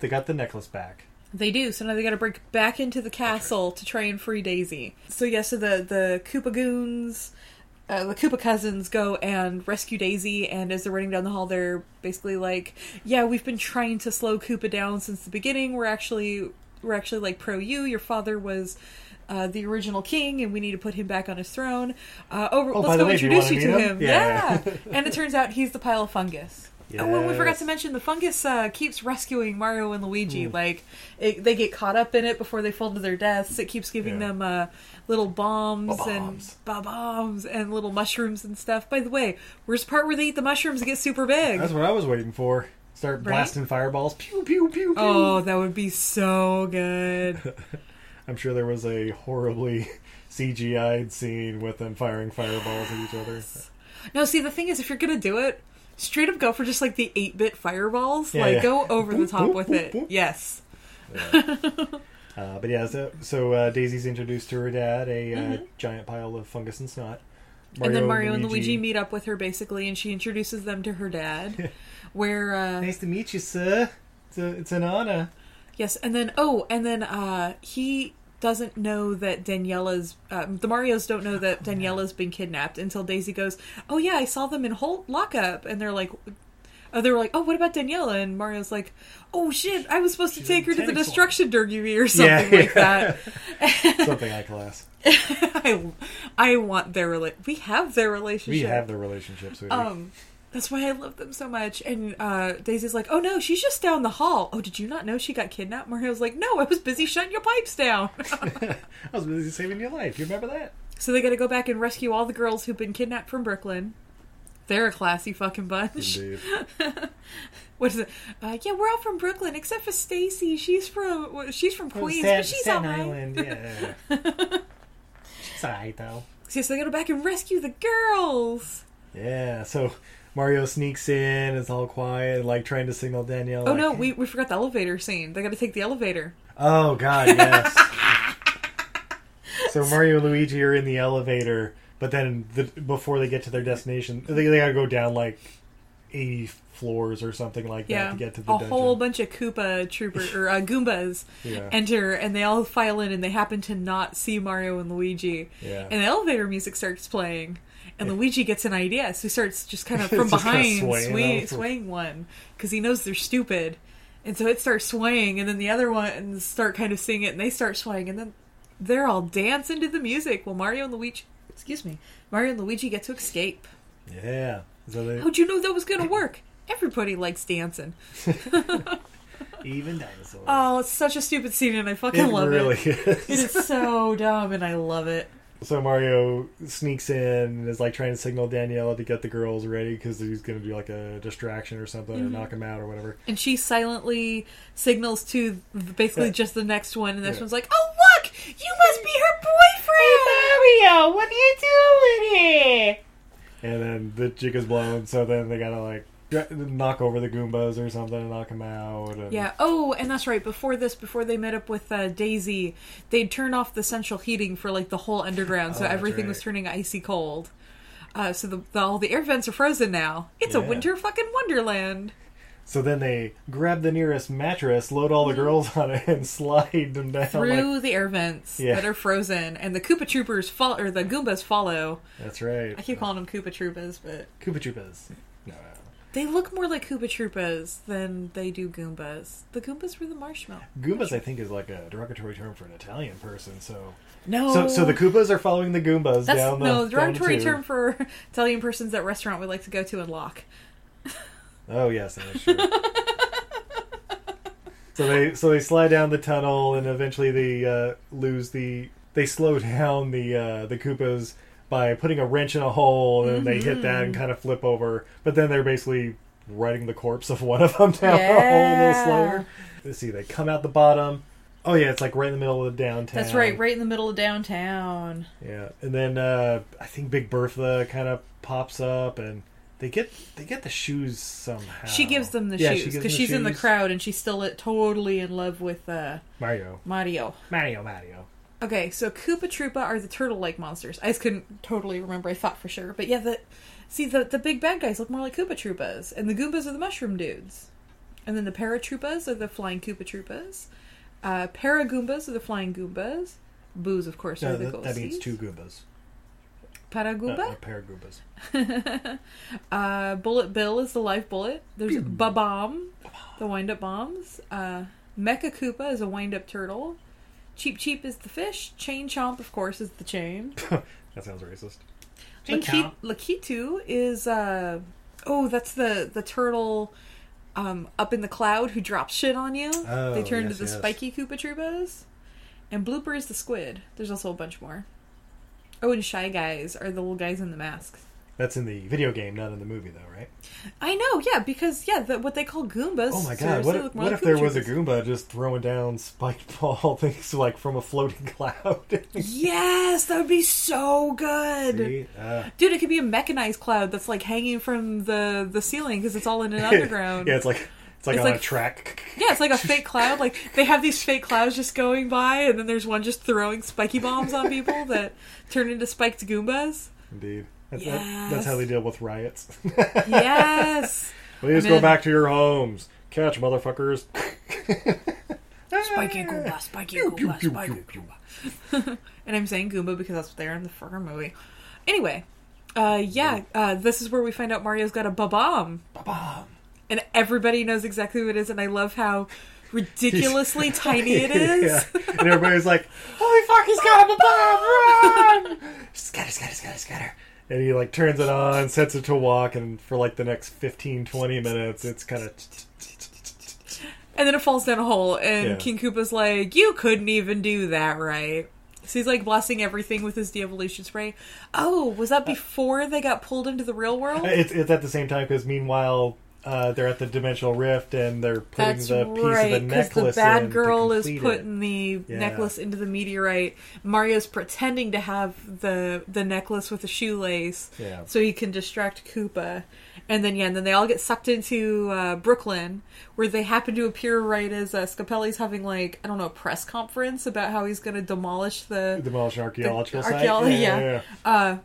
Speaker 5: they got the necklace back.
Speaker 4: They do. So now they got to break back into the castle to try and free Daisy. So yeah, so the the Koopa goons, uh, the Koopa cousins go and rescue Daisy. And as they're running down the hall, they're basically like, "Yeah, we've been trying to slow Koopa down since the beginning. We're actually we're actually like pro you. Your father was." Uh, the original king, and we need to put him back on his throne. Uh, oh, let's
Speaker 5: by the
Speaker 4: go
Speaker 5: way, do you
Speaker 4: introduce you to
Speaker 5: wanna meet
Speaker 4: him.
Speaker 5: him? Yeah.
Speaker 4: yeah. and it turns out he's the pile of fungus. Oh, and we forgot
Speaker 5: Yes.
Speaker 4: to mention the fungus uh, keeps rescuing Mario and Luigi. Like it, they get caught up in it before they fall to their deaths. It keeps giving
Speaker 5: Yeah.
Speaker 4: them uh, little bombs
Speaker 5: Ba-bombs.
Speaker 4: and bombs and little mushrooms and stuff. By the way, where's the part where they eat the mushrooms and get super big?
Speaker 5: That's what I was waiting for. Start blasting fireballs. Pew, pew, pew, pew.
Speaker 4: oh, that would be so
Speaker 5: (laughs)
Speaker 4: good.
Speaker 5: I'm sure there was a horribly (laughs) CGI'd scene with them firing fireballs at each other.
Speaker 4: no, see the thing is, if you're gonna do it, straight up go for just like the eight bit fireballs.
Speaker 5: Yeah,
Speaker 4: like
Speaker 5: yeah.
Speaker 4: go over the
Speaker 5: Boop,
Speaker 4: top
Speaker 5: boop,
Speaker 4: with
Speaker 5: boop,
Speaker 4: it.
Speaker 5: boop.
Speaker 4: Yes.
Speaker 5: Uh, but yeah, so, so uh, Daisy's introduced to her dad, a uh, giant pile of fungus and snot.
Speaker 4: Mm-hmm. and then Mario and Luigi meet up with her basically, and she introduces them to her
Speaker 5: (laughs)
Speaker 4: dad. where uh,
Speaker 5: Nice to meet you, sir. It's, a, it's an honor.
Speaker 4: Yes, and then oh, and then uh, he doesn't know that Daniela's uh, the Mario's don't know that
Speaker 5: Oh,
Speaker 4: Daniela's been kidnapped until Daisy goes, "Oh yeah, I saw them in Holt lockup," and they're like, "Oh, they were like, oh, what about Daniela?" And Mario's like, "Oh shit, I was supposed to take her to the
Speaker 5: tennis
Speaker 4: destruction derby or something
Speaker 5: Yeah. (laughs)
Speaker 4: like that."
Speaker 5: (laughs) Something I class.
Speaker 4: I, I want their rela- we have their relationship.
Speaker 5: We have the relationship, sweetie.
Speaker 4: Um, that's why I love them so much. And uh, Daisy's like, "Oh no, she's just down the hall." Oh, did you not know she got kidnapped? Mario's like, "No, I was busy shutting your pipes down."
Speaker 5: I was busy saving your life. You remember that?
Speaker 4: so they got to go back and rescue all the girls who've been kidnapped from Brooklyn. They're a classy fucking bunch. (laughs)
Speaker 5: Indeed.
Speaker 4: What is it? Uh, yeah, we're all from Brooklyn except for Stacy. She's from well, she's from Queens, but she's all right.
Speaker 5: Island,
Speaker 4: (laughs)
Speaker 5: yeah. she's alright, though.
Speaker 4: So, so they got to go back and rescue the girls.
Speaker 5: Yeah, so Mario sneaks in, it's all quiet, like trying to signal Danielle.
Speaker 4: Oh
Speaker 5: like,
Speaker 4: no, we, we forgot the elevator scene. They got to take the elevator.
Speaker 5: Oh god, yes.
Speaker 4: (laughs)
Speaker 5: so Mario and Luigi are in the elevator, but then the, before they get to their destination, they, they gotta go down like 80 floors or something like
Speaker 4: Yeah,
Speaker 5: that to get to the
Speaker 4: a
Speaker 5: dungeon.
Speaker 4: whole bunch of Koopa trooper or uh, Goombas
Speaker 5: (laughs) Yeah.
Speaker 4: enter, and they all file in, and they happen to not see Mario and Luigi.
Speaker 5: Yeah.
Speaker 4: And the elevator music starts playing, and Luigi gets an idea, so he starts just kind
Speaker 5: (laughs)
Speaker 4: of
Speaker 5: It's
Speaker 4: from
Speaker 5: just kinda
Speaker 4: behind
Speaker 5: swaying
Speaker 4: sway-
Speaker 5: over.
Speaker 4: swaying one because he knows they're stupid, and so it starts swaying, and then the other ones start kind of seeing it, and they start swaying, and then they're all dancing to the music while Mario and Luigi, excuse me, Mario and Luigi get to escape.
Speaker 5: yeah. So they,
Speaker 4: How'd you know that was going to work? Everybody likes dancing.
Speaker 5: even dinosaurs.
Speaker 4: Oh, it's such a stupid scene, and I fucking
Speaker 5: it
Speaker 4: love
Speaker 5: really (laughs)
Speaker 4: it.
Speaker 5: is.
Speaker 4: It is so dumb, and I love it.
Speaker 5: So Mario sneaks in and is like trying to signal Daniela to get the girls ready because he's going to do like a distraction or something
Speaker 4: Mm-hmm.
Speaker 5: or knock him out or whatever.
Speaker 4: And she silently signals to th- basically
Speaker 5: Yeah.
Speaker 4: just the next one, and this
Speaker 5: Yeah.
Speaker 4: one's like, "Oh look, you must be her boyfriend."
Speaker 6: Mario, what are you doing here?
Speaker 5: And then the jig is blown, so then they got to like dra- knock over the Goombas or something and knock him out. And
Speaker 4: Yeah. Oh, and that's right. Before this, before they met up with uh, Daisy, they'd turn off the central heating for like the whole underground, so
Speaker 5: Oh, that's
Speaker 4: everything was
Speaker 5: right.
Speaker 4: turning icy cold. Uh, so the, the, all the air vents are frozen now. It's a
Speaker 5: Yeah.
Speaker 4: winter fucking wonderland.
Speaker 5: So then they grab the nearest mattress, load all the girls on it, and (laughs) slide them down.
Speaker 4: Mm. Through
Speaker 5: Like,
Speaker 4: the air vents
Speaker 5: Yeah.
Speaker 4: that are frozen, and the Koopa Troopers follow, or the Goombas follow.
Speaker 5: That's right.
Speaker 4: I keep calling them Koopa Troopas, but
Speaker 5: Koopa Troopas. No, no.
Speaker 4: They look more like Koopa Troopas than they do Goombas. The Goombas were the marshmallow.
Speaker 5: Goombas, I think, is like a derogatory term for an Italian person. So,
Speaker 4: No.
Speaker 5: so, so the Koopas are following the Goombas
Speaker 4: Oh. that's
Speaker 5: down the
Speaker 4: no the
Speaker 5: down the
Speaker 4: derogatory
Speaker 5: tube.
Speaker 4: term for (laughs) Italian persons at restaurant we like to go to and lock.
Speaker 5: Oh yes, that is true. so they so they slide down the tunnel and eventually they uh, lose the they slow (laughs) down the uh, the Koopas by putting a wrench in a hole and then they hit that
Speaker 4: Mm-hmm.
Speaker 5: and kind of flip over. But then they're basically riding the corpse of one of them (laughs) down
Speaker 4: Yeah.
Speaker 5: the hole a little slower. Let's see, they come out the bottom. Oh yeah, it's like right in the middle of the downtown.
Speaker 4: That's right, right in the middle of downtown.
Speaker 5: Yeah, and then uh, I think Big Bertha kind of pops up, and they get they get the shoes somehow.
Speaker 4: She gives them the
Speaker 5: Yeah, she
Speaker 4: shoes
Speaker 5: gives them
Speaker 4: because she's in the
Speaker 5: shoes.
Speaker 4: crowd and she's still uh, totally in love with uh,
Speaker 5: Mario,
Speaker 4: Mario.
Speaker 5: Mario, Mario.
Speaker 4: Okay, so Koopa Troopa are the turtle-like monsters. I just couldn't totally remember. I thought for sure, but yeah, the see the the big bad guys look more like Koopa Troopas, and the Goombas are the mushroom dudes, and then the Paratroopas are the flying Koopa Troopas. Uh, Para Goombas are the flying Goombas. Boos, of course,
Speaker 5: No,
Speaker 4: are the
Speaker 5: Uh, that, that means
Speaker 4: Ghosties.
Speaker 5: two Goombas,
Speaker 4: Para
Speaker 5: not
Speaker 4: Goomba.
Speaker 5: a pair of Goombas.
Speaker 4: Uh, bullet Bill is the live bullet. There's Ba Bomb, the wind up bombs. Uh, Mecha Koopa is a wind up turtle. Cheep Cheep is the fish. Chain Chomp, of course, is the chain.
Speaker 5: That sounds racist.
Speaker 4: Lakit- Lakitu is uh oh, that's the the turtle um up in the cloud who drops shit on you.
Speaker 5: Oh,
Speaker 4: they turn
Speaker 5: yes,
Speaker 4: to the
Speaker 5: yes.
Speaker 4: spiky Koopa Troopas. And Blooper is the squid. There's also a bunch more. Oh, and Shy Guys are the little guys in the masks.
Speaker 5: That's in the video game, not in the movie, though, right?
Speaker 4: I know, yeah, because yeah, the, what they call Goombas.
Speaker 5: Oh my god!
Speaker 4: seriously
Speaker 5: What if,
Speaker 4: look more
Speaker 5: what
Speaker 4: like
Speaker 5: if there
Speaker 4: Koopa
Speaker 5: was a
Speaker 4: Troopas.
Speaker 5: Goomba just throwing down spiked (laughs) ball things like from a floating (laughs) cloud?
Speaker 4: Yes, that would be so good,
Speaker 5: See? Uh,
Speaker 4: dude. It could be a mechanized cloud that's like hanging from the the ceiling because it's all
Speaker 5: (laughs)
Speaker 4: in an underground.
Speaker 5: yeah, it's like it's like
Speaker 4: It's
Speaker 5: on a
Speaker 4: like-
Speaker 5: track.
Speaker 4: Yeah, it's like a fake cloud. Like they have these fake clouds just going by, and then there's one just throwing spiky bombs on
Speaker 5: (laughs)
Speaker 4: people that turn into spiked goombas.
Speaker 5: Indeed. That's,
Speaker 4: Yes.
Speaker 5: that's how they deal with riots. (laughs)
Speaker 4: Yes,
Speaker 5: Please
Speaker 4: And
Speaker 5: go
Speaker 4: then-
Speaker 5: back to your homes. Catch, motherfuckers.
Speaker 4: (laughs) spiky goomba, spiky goomba, spiky goomba. and I'm saying goomba because that's what they are in the fucking movie. Anyway, uh, yeah, uh, this is where we find out Mario's got a ba bomb. And everybody knows exactly what it is, and I love how
Speaker 5: (laughs)
Speaker 4: ridiculously tiny it is.
Speaker 5: yeah. And everybody's like, holy fuck, he's got him above! Run! scatter, scatter, scatter, scatter. And he like turns it on, sets it to walk, and for like the next 15, 20 minutes, it's kind of.
Speaker 4: And then it falls down a hole, and
Speaker 5: Yeah.
Speaker 4: King Koopa's like, "You couldn't even do that, right?" So he's like blasting everything with his de-evolution spray. Oh, was that before they got pulled into the real world?
Speaker 5: It's, it's at the same time because meanwhile, uh, they're at the dimensional rift and they're putting
Speaker 4: That's
Speaker 5: the piece
Speaker 4: right,
Speaker 5: of the
Speaker 4: because the
Speaker 5: necklace in
Speaker 4: bad
Speaker 5: to
Speaker 4: girl is
Speaker 5: complete it.
Speaker 4: putting the
Speaker 5: Yeah.
Speaker 4: necklace into the meteorite. Mario's pretending to have the the necklace with a shoelace,
Speaker 5: Yeah.
Speaker 4: so he can distract Koopa. And then yeah, and then they all get sucked into uh, Brooklyn, where they happen to appear right as uh, Scapelli's having like I don't know a press conference about how he's going to demolish the
Speaker 5: Demolish an archaeological site.
Speaker 4: archaeology, yeah.
Speaker 5: yeah.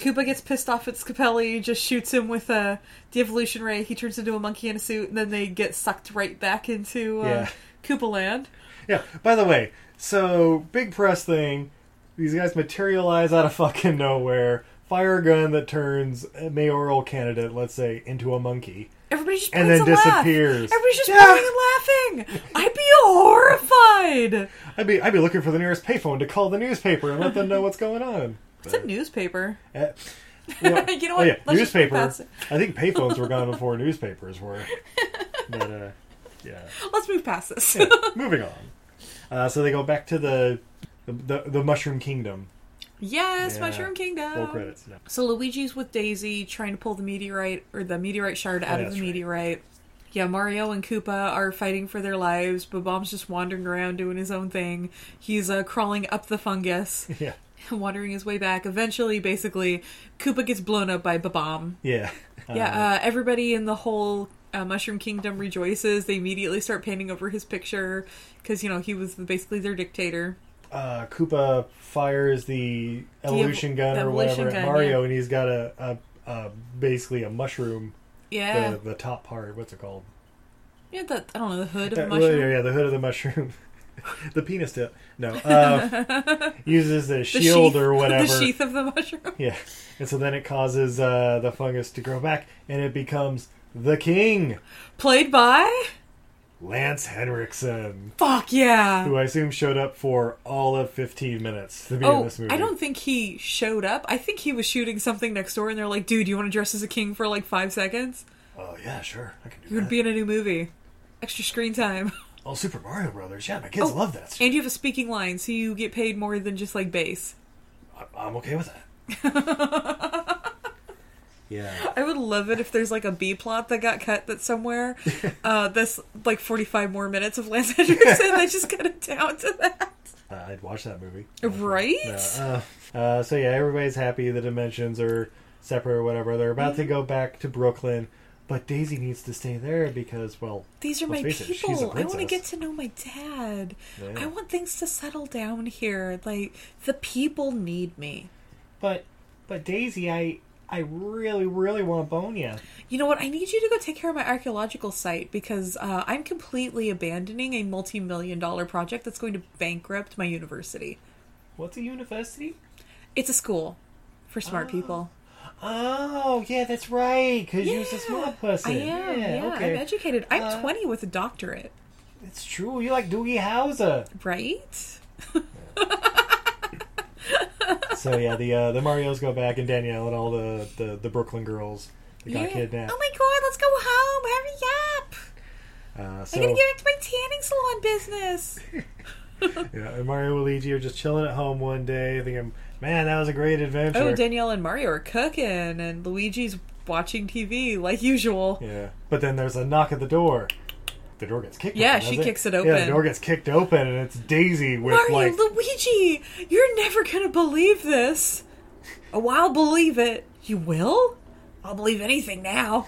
Speaker 4: Koopa gets pissed off at Scapelli, just shoots him with a de-evolution ray. He turns into a monkey in a suit, and then they get sucked right back into uh,
Speaker 5: Yeah.
Speaker 4: Koopa Land.
Speaker 5: Yeah. By the way, so big press thing. These guys materialize out of fucking nowhere. Fire a gun that turns a mayoral candidate, let's say, into a monkey.
Speaker 4: Everybody just
Speaker 5: And
Speaker 4: points
Speaker 5: then disappears.
Speaker 4: Laugh. Everybody's just
Speaker 5: Yeah.
Speaker 4: pointing and laughing. I'd be horrified.
Speaker 5: I'd be I'd be looking for the nearest payphone to call the newspaper and let them know what's going on.
Speaker 4: It's a newspaper.
Speaker 5: Uh, well,
Speaker 4: (laughs) You know
Speaker 5: oh,
Speaker 4: what?
Speaker 5: yeah,
Speaker 4: Let's just
Speaker 5: newspaper.
Speaker 4: pass it.
Speaker 5: I think payphones were gone before
Speaker 4: (laughs)
Speaker 5: newspapers were. But uh, yeah.
Speaker 4: Let's move past this.
Speaker 5: Moving on. Uh, so they go back to the the, the, the Mushroom Kingdom.
Speaker 4: Yes,
Speaker 5: Yeah.
Speaker 4: Mushroom Kingdom.
Speaker 5: Roll credits. No.
Speaker 4: So Luigi's with Daisy trying to pull the meteorite or the meteorite shard out of
Speaker 5: that's
Speaker 4: the
Speaker 5: right.
Speaker 4: meteorite. Yeah, Mario and Koopa are fighting for their lives. Bob-Omb's just wandering around doing his own thing. He's uh, crawling up the
Speaker 5: (laughs)
Speaker 4: fungus, (laughs)
Speaker 5: Yeah.
Speaker 4: wandering his way back. Eventually, basically, Koopa gets blown up by Bob-Omb.
Speaker 5: Yeah. Uh,
Speaker 4: Yeah, uh, everybody in the whole uh, Mushroom Kingdom rejoices. They immediately start painting over his picture because you know he was basically their dictator.
Speaker 5: uh, Koopa fires the evolution gun
Speaker 4: the
Speaker 5: or
Speaker 4: evolution
Speaker 5: whatever at
Speaker 4: gun,
Speaker 5: Mario,
Speaker 4: yeah.
Speaker 5: and he's got a, a, a basically a mushroom,
Speaker 4: Yeah,
Speaker 5: the, the top part. What's it called?
Speaker 4: yeah. That I don't know the hood of
Speaker 5: (laughs) Uh,
Speaker 4: a
Speaker 5: well,
Speaker 4: mushroom.
Speaker 5: yeah, the hood of the mushroom. (laughs) the penis tip. No.
Speaker 4: (laughs)
Speaker 5: Uh, uses a shield
Speaker 4: sheath,
Speaker 5: or
Speaker 4: (laughs)
Speaker 5: whatever.
Speaker 4: The sheath of the mushroom.
Speaker 5: Yeah. And so then it causes uh, the fungus to grow back, and it becomes the king,
Speaker 4: Played by?
Speaker 5: Lance Henriksen,
Speaker 4: Fuck yeah.
Speaker 5: who I assume showed up for all of 15 minutes. The beginning of
Speaker 4: Oh,
Speaker 5: this movie.
Speaker 4: I don't think he showed up. I think he was shooting something next door and they're like, dude, you want to dress as a king for like five seconds?
Speaker 5: Oh yeah, sure, I can do
Speaker 4: You're going
Speaker 5: that.
Speaker 4: to be in a new movie. Extra screen time. (laughs)
Speaker 5: oh, Super Mario Brothers. Yeah, my kids
Speaker 4: Oh.
Speaker 5: love that. stuff.
Speaker 4: And you have a speaking line, so you get paid more than just like bass.
Speaker 5: I- I'm okay with that.
Speaker 4: (laughs)
Speaker 5: yeah.
Speaker 4: I would love it if there's like a B plot that got cut that's
Speaker 5: (laughs)
Speaker 4: somewhere. uh, that's like 45 more minutes of Lance Henriksen. (laughs) I just got it down to
Speaker 5: (laughs)
Speaker 4: that.
Speaker 5: Uh, I'd watch that movie.
Speaker 4: Right?
Speaker 5: Uh, uh, so yeah, everybody's happy. The dimensions are separate or whatever. They're about
Speaker 4: Mm-hmm.
Speaker 5: to go back to Brooklyn, but Daisy needs to stay there because, well,
Speaker 4: These are
Speaker 5: let's
Speaker 4: my
Speaker 5: face it, she's a
Speaker 4: people. I want to
Speaker 5: princess.
Speaker 4: get to know my dad.
Speaker 5: Yeah.
Speaker 4: I want things to settle down here. Like the people need me.
Speaker 5: But, but Daisy, I, I really, really want to bone you.
Speaker 4: You know what? I need you to go take care of my archaeological site because uh, I'm completely abandoning a multi-million dollar project that's going to bankrupt my university.
Speaker 5: What's a university?
Speaker 4: It's a school for smart people.
Speaker 5: Oh yeah, that's right. Cause you're a smart person.
Speaker 4: I am. Yeah, I'm educated. I'm
Speaker 5: Uh,
Speaker 4: 20 with a doctorate,
Speaker 5: It's true. You're like Doogie Howser.
Speaker 4: right?
Speaker 5: so yeah, the uh, the Mario's go back and Danielle and all the the, the Brooklyn girls that got kidnapped.
Speaker 4: Oh my god! Let's go home. Hurry up!
Speaker 5: uh,
Speaker 4: I'm gonna
Speaker 5: so
Speaker 4: get back to my tanning salon business.
Speaker 5: yeah, and Mario and Luigi are just chilling at home one day, thinking, "Man, that was a great adventure."
Speaker 4: Oh, Danielle and Mario are cooking, and Luigi's watching TV like usual.
Speaker 5: yeah, but then there's a knock at the door. The door gets kicked.
Speaker 4: Yeah,
Speaker 5: open,
Speaker 4: she
Speaker 5: doesn't
Speaker 4: kicks it
Speaker 5: Yeah, the
Speaker 4: open.
Speaker 5: door gets kicked open, and it's Daisy with
Speaker 4: Mario,
Speaker 5: like
Speaker 4: Luigi, you're never gonna believe this. Oh, I'll believe it. You will? I'll believe anything
Speaker 5: (laughs)
Speaker 4: now.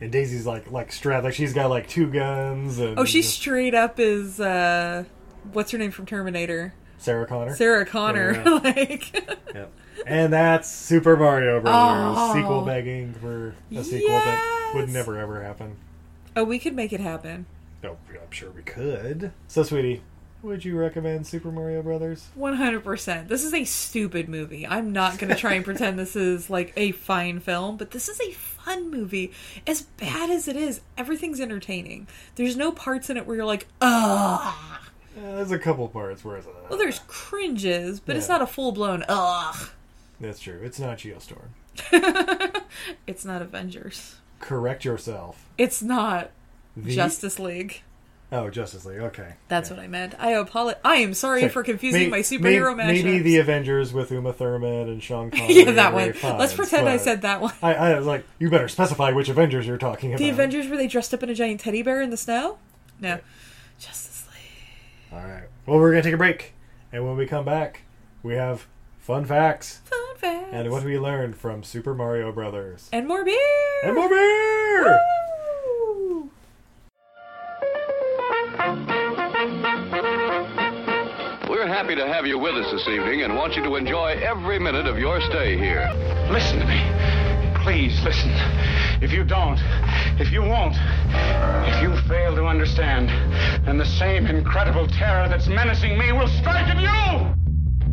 Speaker 5: and Daisy's like like strapped, like she's got like two guns. And
Speaker 4: Oh, she straight up is uh, what's her name from Terminator?
Speaker 5: Sarah Connor.
Speaker 4: Sarah Connor.
Speaker 5: Yeah.
Speaker 4: (laughs) like,
Speaker 5: Yep. And that's Super Mario Brothers
Speaker 4: Oh.
Speaker 5: sequel begging for a sequel that would
Speaker 4: Yes.
Speaker 5: never ever happen.
Speaker 4: oh, we could make it happen.
Speaker 5: No, I'm sure we could. So, sweetie, would you recommend Super Mario Brothers?
Speaker 4: One hundred percent. This is a stupid movie. I'm not going to try and pretend this is like a fine film, but this is a fun movie. As bad as it is, everything's entertaining. There's no parts in it where you're like, ugh.
Speaker 5: Uh, there's a couple parts where it's. Uh,
Speaker 4: Well, there's cringes, but it's
Speaker 5: Yeah.
Speaker 4: not a full blown ugh.
Speaker 5: that's true. It's not Geostorm.
Speaker 4: It's not Avengers.
Speaker 5: Correct yourself.
Speaker 4: It's not
Speaker 5: The-
Speaker 4: Justice League.
Speaker 5: Oh, Justice League. Okay.
Speaker 4: That's what I meant. I apologize. I am sorry for confusing my
Speaker 5: May-
Speaker 4: superhero
Speaker 5: may-
Speaker 4: matchup.
Speaker 5: Maybe the Avengers with Uma Thurman
Speaker 4: (laughs)
Speaker 5: and Sean Connery.
Speaker 4: yeah,
Speaker 5: and
Speaker 4: that
Speaker 5: Ray
Speaker 4: one. Let's
Speaker 5: Fiennes,
Speaker 4: pretend I
Speaker 5: but
Speaker 4: said that one.
Speaker 5: (laughs) I, I was like, you better specify which Avengers you're talking about.
Speaker 4: The Avengers were they dressed up in a giant teddy bear in the snow? No. Justice League.
Speaker 5: All right. Well, we're going to take a break. And when we come back, we have fun facts
Speaker 4: Fun facts.
Speaker 5: and what we learned from Super Mario Brothers.
Speaker 4: And more beer.
Speaker 5: And more beer!
Speaker 4: Woo!
Speaker 7: We're happy to have you with us this evening and want you to enjoy every minute of your stay here. Listen to me. Please listen. If you don't, if you won't, if you fail to understand, then the same incredible terror that's menacing me will strike at you!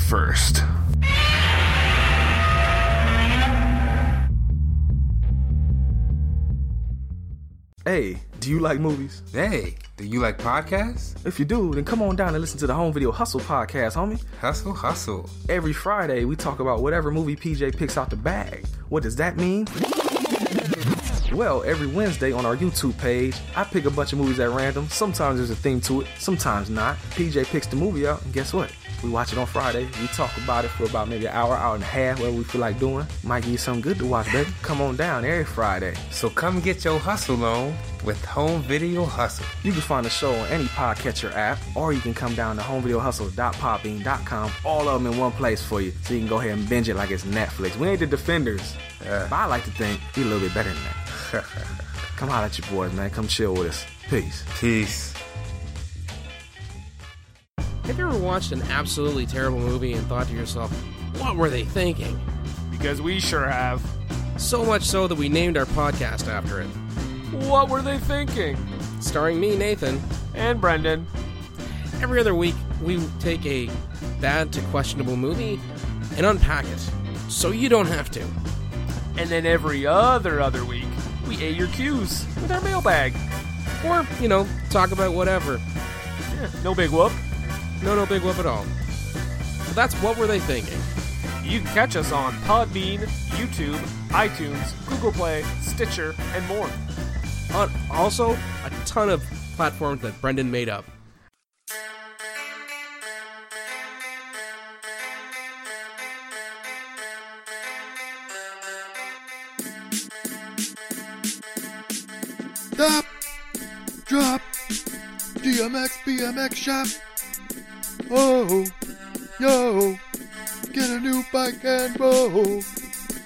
Speaker 8: first.
Speaker 9: Hey, do you like movies?
Speaker 10: Hey, do you like podcasts?
Speaker 9: If you do, then come on down and listen to the Home Video Hustle podcast, homie.
Speaker 10: Hustle, hustle.
Speaker 9: Every Friday, we talk about whatever movie PJ picks out the bag. What does that mean? Well, every Wednesday on our YouTube page, I pick a bunch of movies at random. Sometimes there's a theme to it, sometimes not. PJ picks the movie out, and guess what? We watch it on Friday. We talk about it for about maybe an hour, hour and a half, whatever we feel like doing. Might give you something good to watch, baby. Come on down every Friday.
Speaker 10: So come get your hustle on with Home Video Hustle.
Speaker 9: You can find the show on any podcatcher app, or you can come down to homevideohustle.podbean.com. All of them in one place for you, so you can go ahead and binge it like it's Netflix. We ain't the Defenders, but I like to think we a little bit better than that. come holler at your boys, man. Come chill with us. Peace.
Speaker 10: Peace.
Speaker 11: Have you ever watched an absolutely terrible movie and thought to yourself, what were they thinking?
Speaker 12: Because we sure have.
Speaker 11: So much so that we named our podcast after it.
Speaker 12: What were they thinking?
Speaker 11: Starring me, Nathan.
Speaker 12: And Brendan.
Speaker 11: Every other week, we take a bad to questionable movie and unpack it so you don't have to.
Speaker 12: And then every other other week, we A your Q's with our mailbag.
Speaker 11: Or, you know, talk about whatever.
Speaker 12: Yeah, no big whoop.
Speaker 11: No, no big whoop at all. Well, that's what were they thinking?
Speaker 12: You can catch us on Podbean, YouTube, iTunes, Google Play, Stitcher, and more.
Speaker 11: On Uh, also a ton of platforms that Brendan made up.
Speaker 13: Stop. Drop. DMX BMX shop. Oh, yo, get a new bike and roll.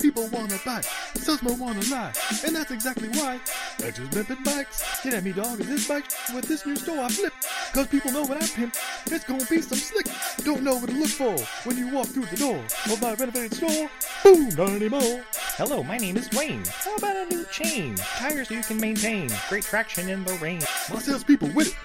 Speaker 13: People wanna buy, salesmen wanna lie, and that's exactly why I just pimpin' bikes. Get at me, dog, is this bike with this new store I flip? Cause people know when I pimp, it's gonna be some slick. Don't know what to look for when you walk through the door of my renovated store. Boom, not anymore.
Speaker 14: Hello, my name is Wayne. How about a new chain? Tires you can maintain, great traction in the rain.
Speaker 13: My salespeople with it.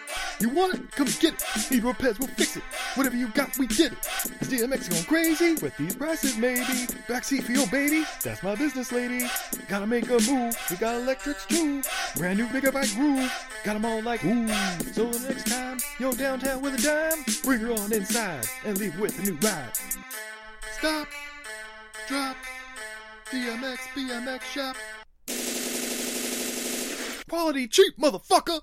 Speaker 13: You want it? Come get it. Need repairs, we'll fix it. Whatever you got, we did it. Is DMX going crazy? With these prices, maybe. Backseat for your baby? That's my business, lady. Gotta make a move. We got electrics too. Brand new bigger bike groove. Got 'em all like ooh. So the next time you're downtown with a dime, bring her on inside and leave with a new ride. Stop. Drop. DMX BMX shop. Quality cheap, motherfucker.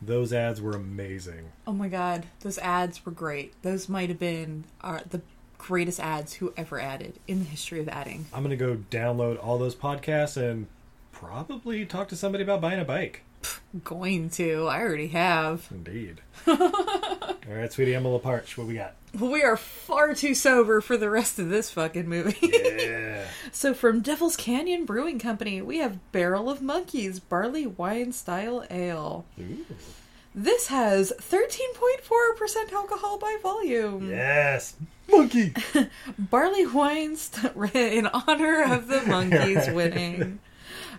Speaker 5: Those ads were amazing.
Speaker 4: Oh my god, those ads were great. Those might have been our, the greatest ads who ever added in the history of adding.
Speaker 5: I'm gonna go download all those podcasts and probably talk to somebody about buying a bike.
Speaker 4: Going to, I already have.
Speaker 5: (laughs) Indeed. all right, sweetie Emma Parch, what we got?
Speaker 4: We are far too sober for the rest of this fucking movie.
Speaker 5: Yeah.
Speaker 4: (laughs) so from Devil's Canyon Brewing Company, we have Barrel of Monkeys Barley Wine Style Ale.
Speaker 5: Ooh.
Speaker 4: This has 13.4% alcohol by volume.
Speaker 5: Yes. Monkey.
Speaker 4: Barley wine st- (laughs) in honor of the monkeys winning.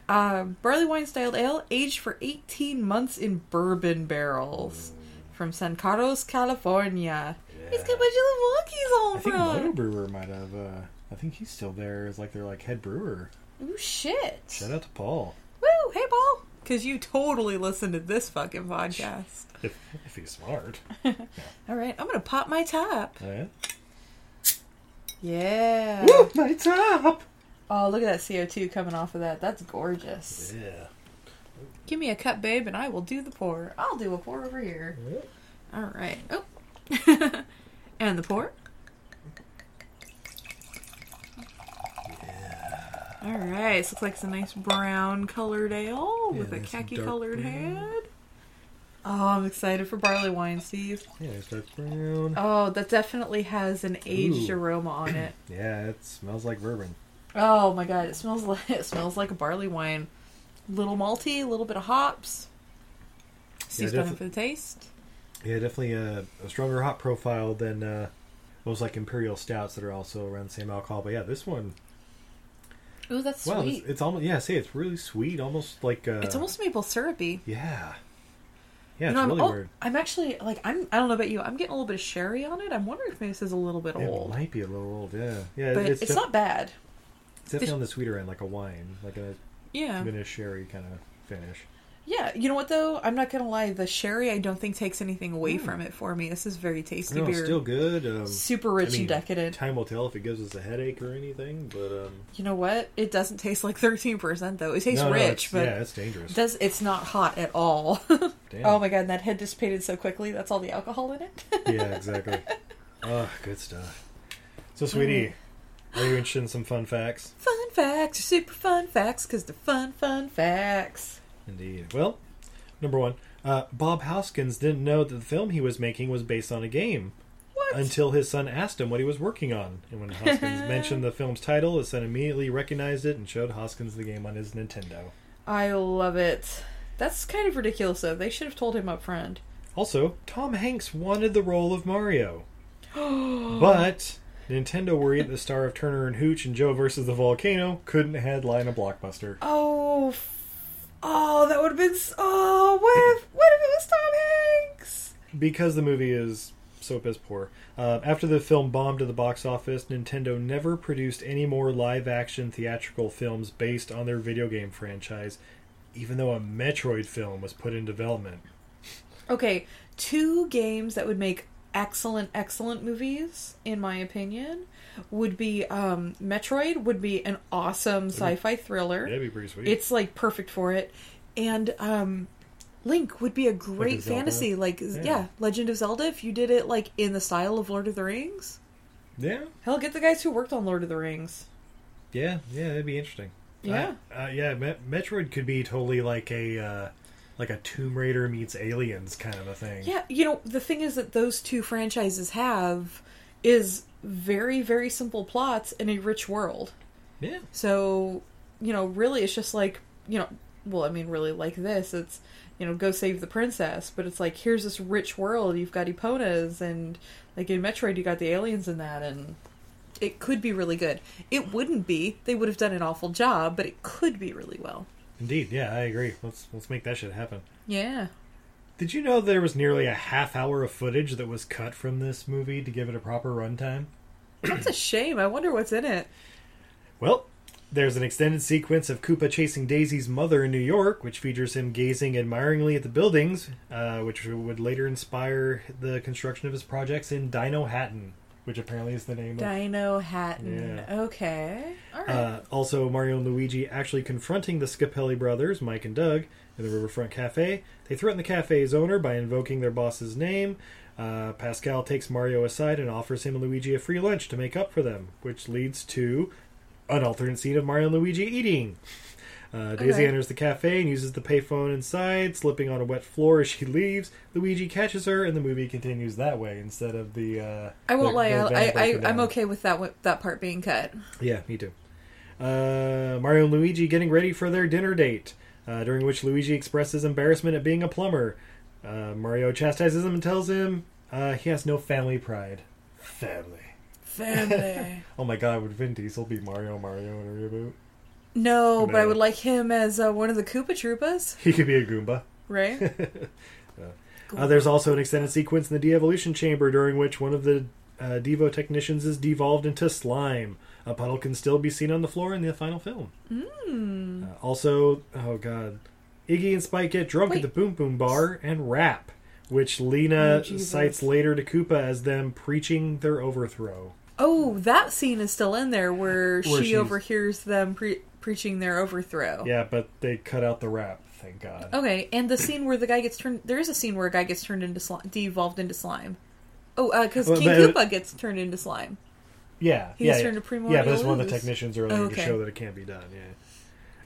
Speaker 4: Uh, barley wine styled ale aged for 18 months in bourbon barrels from San Carlos, California. It's got a bunch
Speaker 5: I
Speaker 4: of little
Speaker 5: think
Speaker 4: monkeys
Speaker 5: Moto
Speaker 4: on
Speaker 5: Brewer might have. Uh, I think he's still there as like their like head brewer.
Speaker 4: front. Ooh, shit.
Speaker 5: Shout out to Paul
Speaker 4: Woo, hey, Paul. Because you totally listened to this fucking podcast.
Speaker 5: if if he's smart.
Speaker 4: All right, I'm going to pop my top.
Speaker 5: Oh, yeah?
Speaker 4: Yeah.
Speaker 5: Woo, my top.
Speaker 4: Oh, look at that CO2 coming off of that. That's gorgeous.
Speaker 5: Yeah.
Speaker 4: Give me a cup, babe, and I will do the pour. I'll do a pour over here. All right. Oh. (laughs) and the pour. All right. This looks like it's a nice brown colored ale with a
Speaker 5: nice and
Speaker 4: khaki
Speaker 5: dark
Speaker 4: colored
Speaker 5: brown.
Speaker 4: head. Oh, I'm excited for barley wine,
Speaker 5: (laughs)
Speaker 4: Steve.
Speaker 5: Yeah, it's dark brown.
Speaker 4: Oh, that definitely has an aged
Speaker 5: Ooh.
Speaker 4: aroma on it.
Speaker 5: Yeah, it smells like bourbon.
Speaker 4: Oh my god, it smells (laughs) like it smells like a barley wine. Little malty, a little bit of hops. Steve's going
Speaker 5: defi-
Speaker 4: for the taste.
Speaker 5: Yeah, definitely a, a stronger hop profile than uh, most like imperial stouts that are also around the same alcohol. But yeah, this one.
Speaker 4: Ooh, that's
Speaker 5: Wow,
Speaker 4: sweet.
Speaker 5: it's,
Speaker 4: It's,
Speaker 5: it's almost yeah. See, it's really sweet, almost like uh,
Speaker 4: almost maple syrupy.
Speaker 5: yeah, yeah.
Speaker 4: You
Speaker 5: It's
Speaker 4: know, I'm,
Speaker 5: really
Speaker 4: al-
Speaker 5: weird.
Speaker 4: I'm actually like I'm. I don't know about you. I'm getting a little bit of sherry on it. I'm wondering if maybe this is a little bit
Speaker 5: It
Speaker 4: old,
Speaker 5: might be a little old. Yeah, yeah.
Speaker 4: but it's,
Speaker 5: def-
Speaker 4: not bad. Uh-huh.
Speaker 5: It's definitely on the sweeter end, like a wine, like a
Speaker 4: Yeah,
Speaker 5: even a sherry kind of finish.
Speaker 4: Yeah, you know what though? I'm not gonna lie. The sherry I don't think takes anything away
Speaker 5: Mm.
Speaker 4: from it for me. This is very tasty
Speaker 5: No, it's
Speaker 4: beer.
Speaker 5: still good. Um,
Speaker 4: Super rich and decadent.
Speaker 5: Time will tell if it gives us a headache or anything, but um,
Speaker 4: You know what? It doesn't taste like 13% though. It tastes
Speaker 5: No, no,
Speaker 4: rich,
Speaker 5: it's-
Speaker 4: but
Speaker 5: yeah, it's dangerous.
Speaker 4: Does it's not hot at all. (laughs)
Speaker 5: Damn.
Speaker 4: Oh my god, and that head dissipated so quickly. That's all the alcohol in it. (laughs)
Speaker 5: yeah, exactly. oh, good stuff. So, sweetie, are you interested in some fun facts?
Speaker 4: Fun facts are super fun facts because they're fun, fun facts.
Speaker 5: Indeed. Well, number one, uh, Bob Hoskins didn't know that the film he was making was based on a game. Until his son asked him what he was working on. And when Hoskins mentioned the film's title, his son immediately recognized it and showed Hoskins the game on his Nintendo.
Speaker 4: I love it. That's kind of ridiculous though. They should have told him up front.
Speaker 5: Also, Tom Hanks wanted the role of Mario,
Speaker 4: but
Speaker 5: but Nintendo worried the star of Turner and Hooch and Joe versus the Volcano couldn't headline a blockbuster.
Speaker 4: Oh, f- oh, that would have been. s- Oh, what if what if it was Tom Hanks?
Speaker 5: because the movie is so piss poor. Uh, after the film bombed at the box office, Nintendo never produced any more live-action theatrical films based on their video game franchise, even though a Metroid film was put in development.
Speaker 4: Okay, two games that would make excellent, excellent movies, in my opinion, would be um, Metroid would be an awesome sci-fi thriller.
Speaker 5: That'd be pretty sweet.
Speaker 4: It's like perfect for it, and um, Link would be a great
Speaker 5: Zelda.
Speaker 4: fantasy, like yeah.
Speaker 5: Yeah.
Speaker 4: Legend of Zelda. If you did it like in the style of Lord of the Rings,
Speaker 5: Yeah,
Speaker 4: hell, get the guys who worked on Lord of the Rings.
Speaker 5: yeah, yeah. That'd be interesting.
Speaker 4: Yeah.
Speaker 5: uh, uh, yeah. Met- Metroid could be totally like a uh, like a Tomb Raider meets Aliens kind of a thing.
Speaker 4: Yeah, you know, the thing is that those two franchises have is very, very simple plots in a rich world.
Speaker 5: Yeah.
Speaker 4: So, you know, really it's just like, you know, well, I mean, really like this. It's, you know, go save the princess, but it's like, here's this rich world. You've got Eponas, and like in Metroid, you got the aliens in that, and it could be really good. It wouldn't be. They would have done an awful job, but it could be really well.
Speaker 5: Indeed. Yeah, I agree. Let's let's make that shit happen.
Speaker 4: Yeah.
Speaker 5: Did you know there was nearly a half hour of footage that was cut from this movie to give it a proper runtime?
Speaker 4: That's a shame. I wonder what's in it.
Speaker 5: Well, there's an extended sequence of Koopa chasing Daisy's mother in New York, which features him gazing admiringly at the buildings, uh, which would later inspire the construction of his projects in Dino Hatton, which apparently is the name of
Speaker 4: Dino Hatton.
Speaker 5: Yeah.
Speaker 4: Okay. All right.
Speaker 5: Uh, also, Mario and Luigi actually confronting the Scapelli brothers, Mike and Doug, in the Riverfront Cafe. They threaten the cafe's owner by invoking their boss's name. Uh, Pascal takes Mario aside and offers him and Luigi a free lunch to make up for them, which leads to an alternate scene of Mario and Luigi eating. Uh, Daisy
Speaker 13: Okay.
Speaker 5: enters the cafe and uses the payphone inside, slipping on a wet floor as she leaves. Luigi catches her, and the movie continues that way instead of the. Uh,
Speaker 4: I won't
Speaker 5: the-
Speaker 4: lie.
Speaker 5: the van
Speaker 4: I, I,
Speaker 5: breaking
Speaker 4: I, I'm
Speaker 5: down.
Speaker 4: okay with that one- that part being cut.
Speaker 5: Yeah, me too. Uh, Mario and Luigi getting ready for their dinner date, uh, during which Luigi expresses embarrassment at being a plumber. Uh, Mario chastises him and tells him uh, he has no family pride. Family.
Speaker 4: (laughs) Family.
Speaker 5: oh my god, would Vin Diesel be Mario Mario in a reboot?
Speaker 4: No, but I
Speaker 5: Man.
Speaker 4: would like him as uh, one of the Koopa Troopas,
Speaker 5: He could be a Goomba. (laughs)
Speaker 4: right?
Speaker 5: Uh, there's also an extended sequence in the de-evolution chamber during which one of the uh, Devo technicians is devolved into slime. A puddle can still be seen on the floor in the final film.
Speaker 4: mm.
Speaker 5: Uh, also, oh god, Iggy and Spike get drunk at the Boom Boom Bar and rap, which Lena
Speaker 4: Oh, Jesus.
Speaker 5: cites later to Koopa as them preaching their overthrow.
Speaker 4: Oh, that scene is still in there where,
Speaker 5: Where
Speaker 4: she
Speaker 5: she's-
Speaker 4: overhears them pre- preaching their overthrow.
Speaker 5: Yeah, but they cut out the rap. Thank God.
Speaker 4: Okay, and the scene where the guy gets turned. There is a scene where a guy gets turned into slime, devolved into slime. Oh, because
Speaker 5: Well,
Speaker 4: King
Speaker 5: but-
Speaker 4: Koopa gets turned into slime.
Speaker 5: Yeah,
Speaker 4: He
Speaker 5: yeah,
Speaker 4: was
Speaker 5: yeah.
Speaker 4: turned to Primo
Speaker 5: Yeah, but that's
Speaker 4: Lelouch.
Speaker 5: one of the technicians earlier
Speaker 4: Oh,
Speaker 5: to
Speaker 4: okay.
Speaker 5: show that it can't be done. Yeah.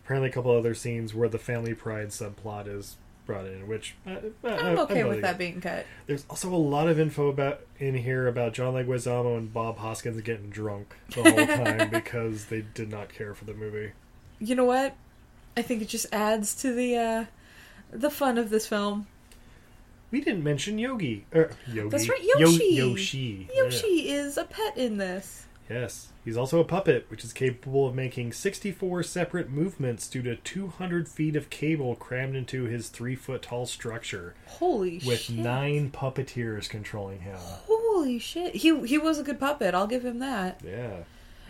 Speaker 5: Apparently, a couple other scenes where the family pride subplot is brought in, which uh, uh,
Speaker 4: I'm
Speaker 5: uh,
Speaker 4: okay
Speaker 5: not
Speaker 4: with that
Speaker 5: against.
Speaker 4: being cut.
Speaker 5: There's also a lot of info about in here about John Leguizamo and Bob Hoskins getting drunk
Speaker 4: (laughs)
Speaker 5: the whole time because they did not care for the movie.
Speaker 4: You know what? I think it just adds to the uh, the fun of this film.
Speaker 5: We didn't mention Yogi. Er, Yogi.
Speaker 4: That's right,
Speaker 5: Yo-
Speaker 4: Yoshi.
Speaker 5: Yoshi. Yeah.
Speaker 4: Yoshi is a pet in this.
Speaker 5: Yes. He's also a puppet, which is capable of making 64 separate movements due to 200 feet of cable crammed into his three foot tall structure,
Speaker 4: Holy
Speaker 5: with
Speaker 4: shit.
Speaker 5: nine puppeteers controlling him.
Speaker 4: Holy shit. He he was a good puppet. I'll give him that.
Speaker 5: Yeah.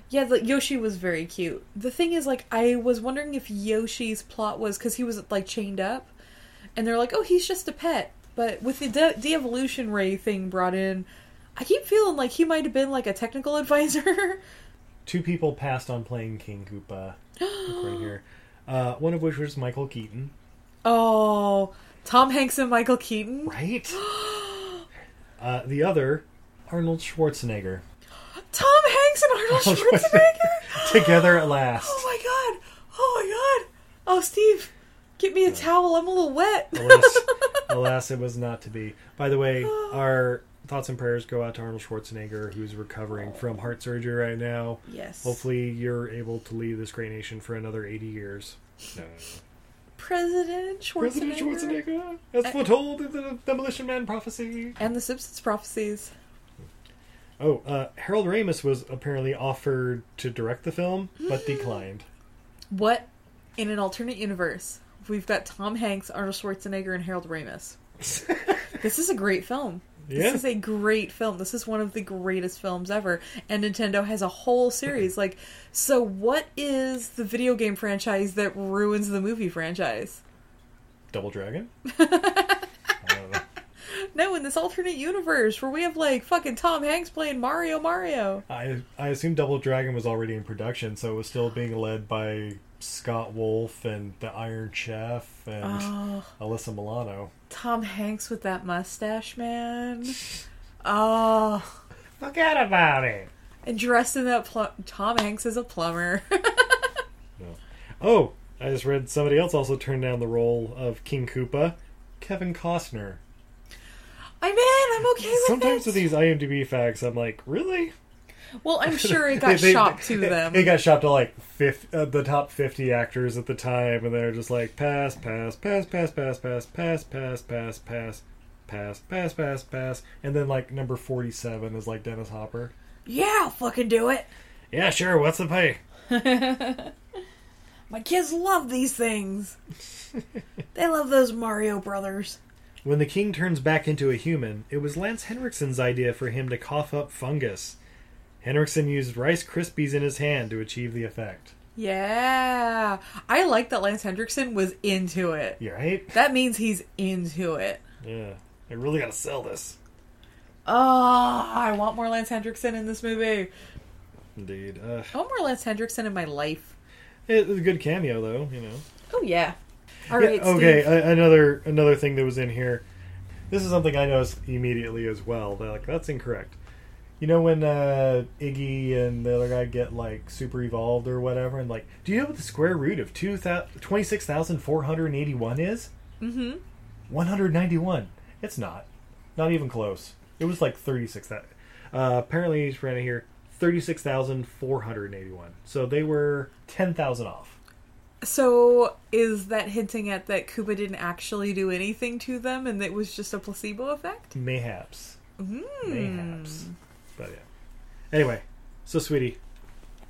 Speaker 4: Yeah, the, Yoshi was very cute. The thing is like I was wondering if Yoshi's plot was cuz he was like chained up. and they're like, "Oh, he's just a pet." But with the de- de-evolution ray thing brought in, I keep feeling like he might have been like a technical (laughs) advisor.
Speaker 5: Two people passed on playing King Koopa. according here, uh, one of which was Michael Keaton.
Speaker 4: oh, Tom Hanks and Michael Keaton,
Speaker 5: right? Uh, the other, Arnold Schwarzenegger.
Speaker 4: Tom Hanks and
Speaker 5: (laughs) Oh,
Speaker 4: Arnold Schwarzenegger
Speaker 5: Together at last.
Speaker 4: Oh my god! Oh my god! Oh, Steve, get me a towel. I'm a little wet.
Speaker 5: Alas, alas, it was not to be. By the way, our thoughts and prayers go out to Arnold Schwarzenegger, who's recovering from heart surgery right now.
Speaker 4: Yes.
Speaker 5: Hopefully, you're able to lead this great nation for another 80 years. No, no, no.
Speaker 4: President Schwarzenegger.
Speaker 5: President Schwarzenegger. That's
Speaker 4: And-
Speaker 5: foretold in the Demolition Man prophecy.
Speaker 4: And the Simpsons prophecies.
Speaker 5: Oh, uh, Harold Ramis was apparently offered to direct the film, but declined.
Speaker 4: What in an alternate universe? We've got Tom Hanks, Arnold Schwarzenegger, and Harold Ramis. this is a great film. This
Speaker 5: Yeah.
Speaker 4: is a great film. This is one of the greatest films ever. And Nintendo has a whole series. Like, so what is the video game franchise that ruins the movie franchise?
Speaker 5: Double Dragon?
Speaker 4: No, in this alternate universe where we have like fucking Tom Hanks playing Mario Mario.
Speaker 5: I I assume Double Dragon was already in production, so it was still being led by Scott Wolf and the Iron Chef and
Speaker 4: Oh.
Speaker 5: Alyssa Milano.
Speaker 4: Tom Hanks with that mustache, man. Oh.
Speaker 5: Forget about it.
Speaker 4: And dressed in that pl- Tom Hanks is a plumber. (laughs)
Speaker 5: Oh, I just read somebody else also turned down the role of King Koopa, Kevin Costner.
Speaker 4: I'm in. I'm okay with
Speaker 5: Sometimes with these IMDb facts, I'm like,
Speaker 4: it.
Speaker 5: really?
Speaker 4: Well,
Speaker 5: (laughs)
Speaker 4: I'm sure it got
Speaker 5: They- they-
Speaker 4: shopped to them.
Speaker 5: It got shopped to like 50, uh, the top 50 actors at the time, and they're just like, pass, pass, pass, pass, pass, pass, pass, pass, pass, pass, pass, pass, pass, pass, and then like number 47 is like Dennis Hopper.
Speaker 4: yeah, I'll fucking do it.
Speaker 5: Yeah, sure. What's the pay?
Speaker 4: My kids love these
Speaker 5: (laughs)
Speaker 4: things. they love those Mario Brothers.
Speaker 5: When the king turns back into a human, it was Lance Henriksen's idea for him to cough up fungus. Henriksen used Rice Krispies in his hand to achieve the effect.
Speaker 4: Yeah. I like that Lance Hendrickson was into it.
Speaker 5: You right?
Speaker 4: That means he's into it.
Speaker 5: Yeah. I really gotta sell this.
Speaker 4: Oh, I want more Lance Hendrickson in this movie.
Speaker 5: Indeed. Uh,
Speaker 4: I want more Lance Hendrickson in my life.
Speaker 5: it was a good cameo, though, you know.
Speaker 4: Oh, yeah. All
Speaker 5: Yeah,
Speaker 4: right,
Speaker 5: okay,
Speaker 4: Steve.
Speaker 5: a- another another thing that was in here. This is something I noticed immediately as well. They're like, that's incorrect. You know when uh, Iggy and the other guy get like super evolved or whatever, and like, do you know what the square root of two thou- 26,481 is?
Speaker 4: Mm-hmm.
Speaker 5: 191. It's not. Not even close. It was like 36. That uh, apparently he's ran it here 36,481. So they were 10,000 off.
Speaker 4: So, is that hinting at that Koopa didn't actually do anything to them and it was just a placebo effect?
Speaker 5: Mayhaps.
Speaker 4: Mm.
Speaker 5: Mayhaps. But yeah. Anyway, so sweetie,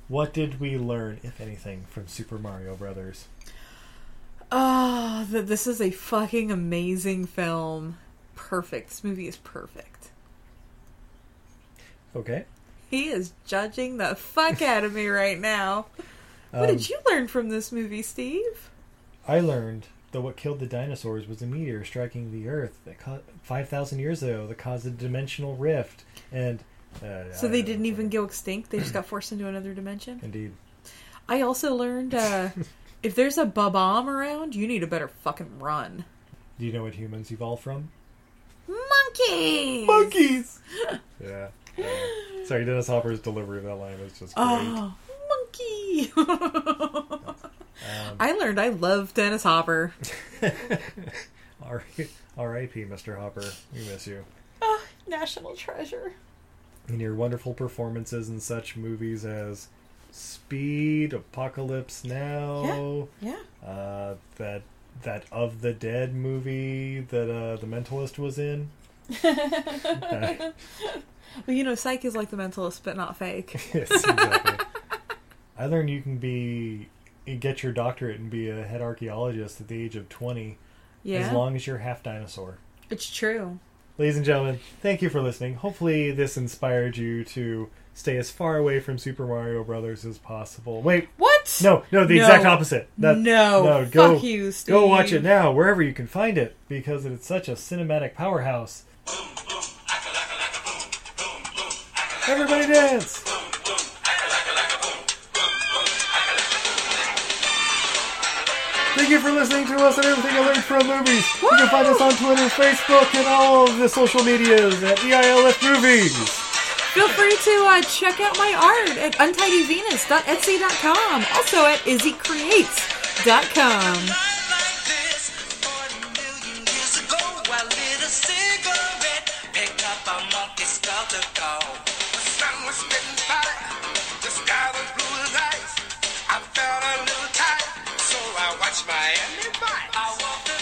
Speaker 5: what did we learn, if anything, from Super Mario Brothers?
Speaker 4: Ah, that this is a fucking amazing film. Perfect. This movie is perfect.
Speaker 5: Okay.
Speaker 4: He is judging the fuck out of me right now. What
Speaker 5: Um,
Speaker 4: did you learn from this movie, Steve?
Speaker 5: I learned that what killed the dinosaurs was a meteor striking the Earth that ca- 5,000 years ago that caused a dimensional rift. And. Uh,
Speaker 4: So
Speaker 5: I-
Speaker 4: they didn't even go extinct. They just got forced into another dimension.
Speaker 5: Indeed.
Speaker 4: I also learned
Speaker 5: (laughs)
Speaker 4: uh, if there's a bomb around, you need a better fucking run.
Speaker 5: Do you know what humans evolved from?
Speaker 4: Monkeys.
Speaker 5: Monkeys. (laughs) Yeah. Uh, sorry, Dennis Hopper's delivery of that line was just great.
Speaker 4: Oh,
Speaker 5: (laughs)
Speaker 4: monkey. I learned I love Dennis Hopper.
Speaker 5: (laughs) R- R.I.P., Mr. Hopper. We miss you.
Speaker 4: National treasure.
Speaker 5: in your wonderful performances in such movies as Speed, Apocalypse Now,
Speaker 4: Yeah,
Speaker 5: Uh, that that of the Dead movie that uh, the Mentalist was in. (laughs)
Speaker 4: well, you know, Psych is like the mentalist, but not
Speaker 5: (laughs)
Speaker 4: fake.
Speaker 5: yes,
Speaker 4: (laughs)
Speaker 5: exactly. I learned you can be get your doctorate and be a head archaeologist at the age of twenty,
Speaker 4: Yeah.
Speaker 5: as long as you're half dinosaur.
Speaker 4: It's true.
Speaker 5: Ladies and gentlemen, thank you for listening. Hopefully, this inspired you to stay as far away from Super Mario Brothers as possible. Wait,
Speaker 4: What? What?
Speaker 5: No, no, the
Speaker 4: No.
Speaker 5: exact opposite. That,
Speaker 4: No.
Speaker 5: no, go,
Speaker 4: Fuck you,
Speaker 5: Go watch it
Speaker 4: Steve.
Speaker 5: now, wherever you can find it, because it's such a cinematic powerhouse. Everybody dance! Thank you for listening to us and everything I learned from movies. You can find us on Twitter, Facebook, and all of the social medias at E EILF Movies.
Speaker 4: Feel free to uh, check out my art at untidyvenus.etsy.com. Also at izzycreates.com.
Speaker 8: I felt a little tight, so I watched Miami Vice. I walked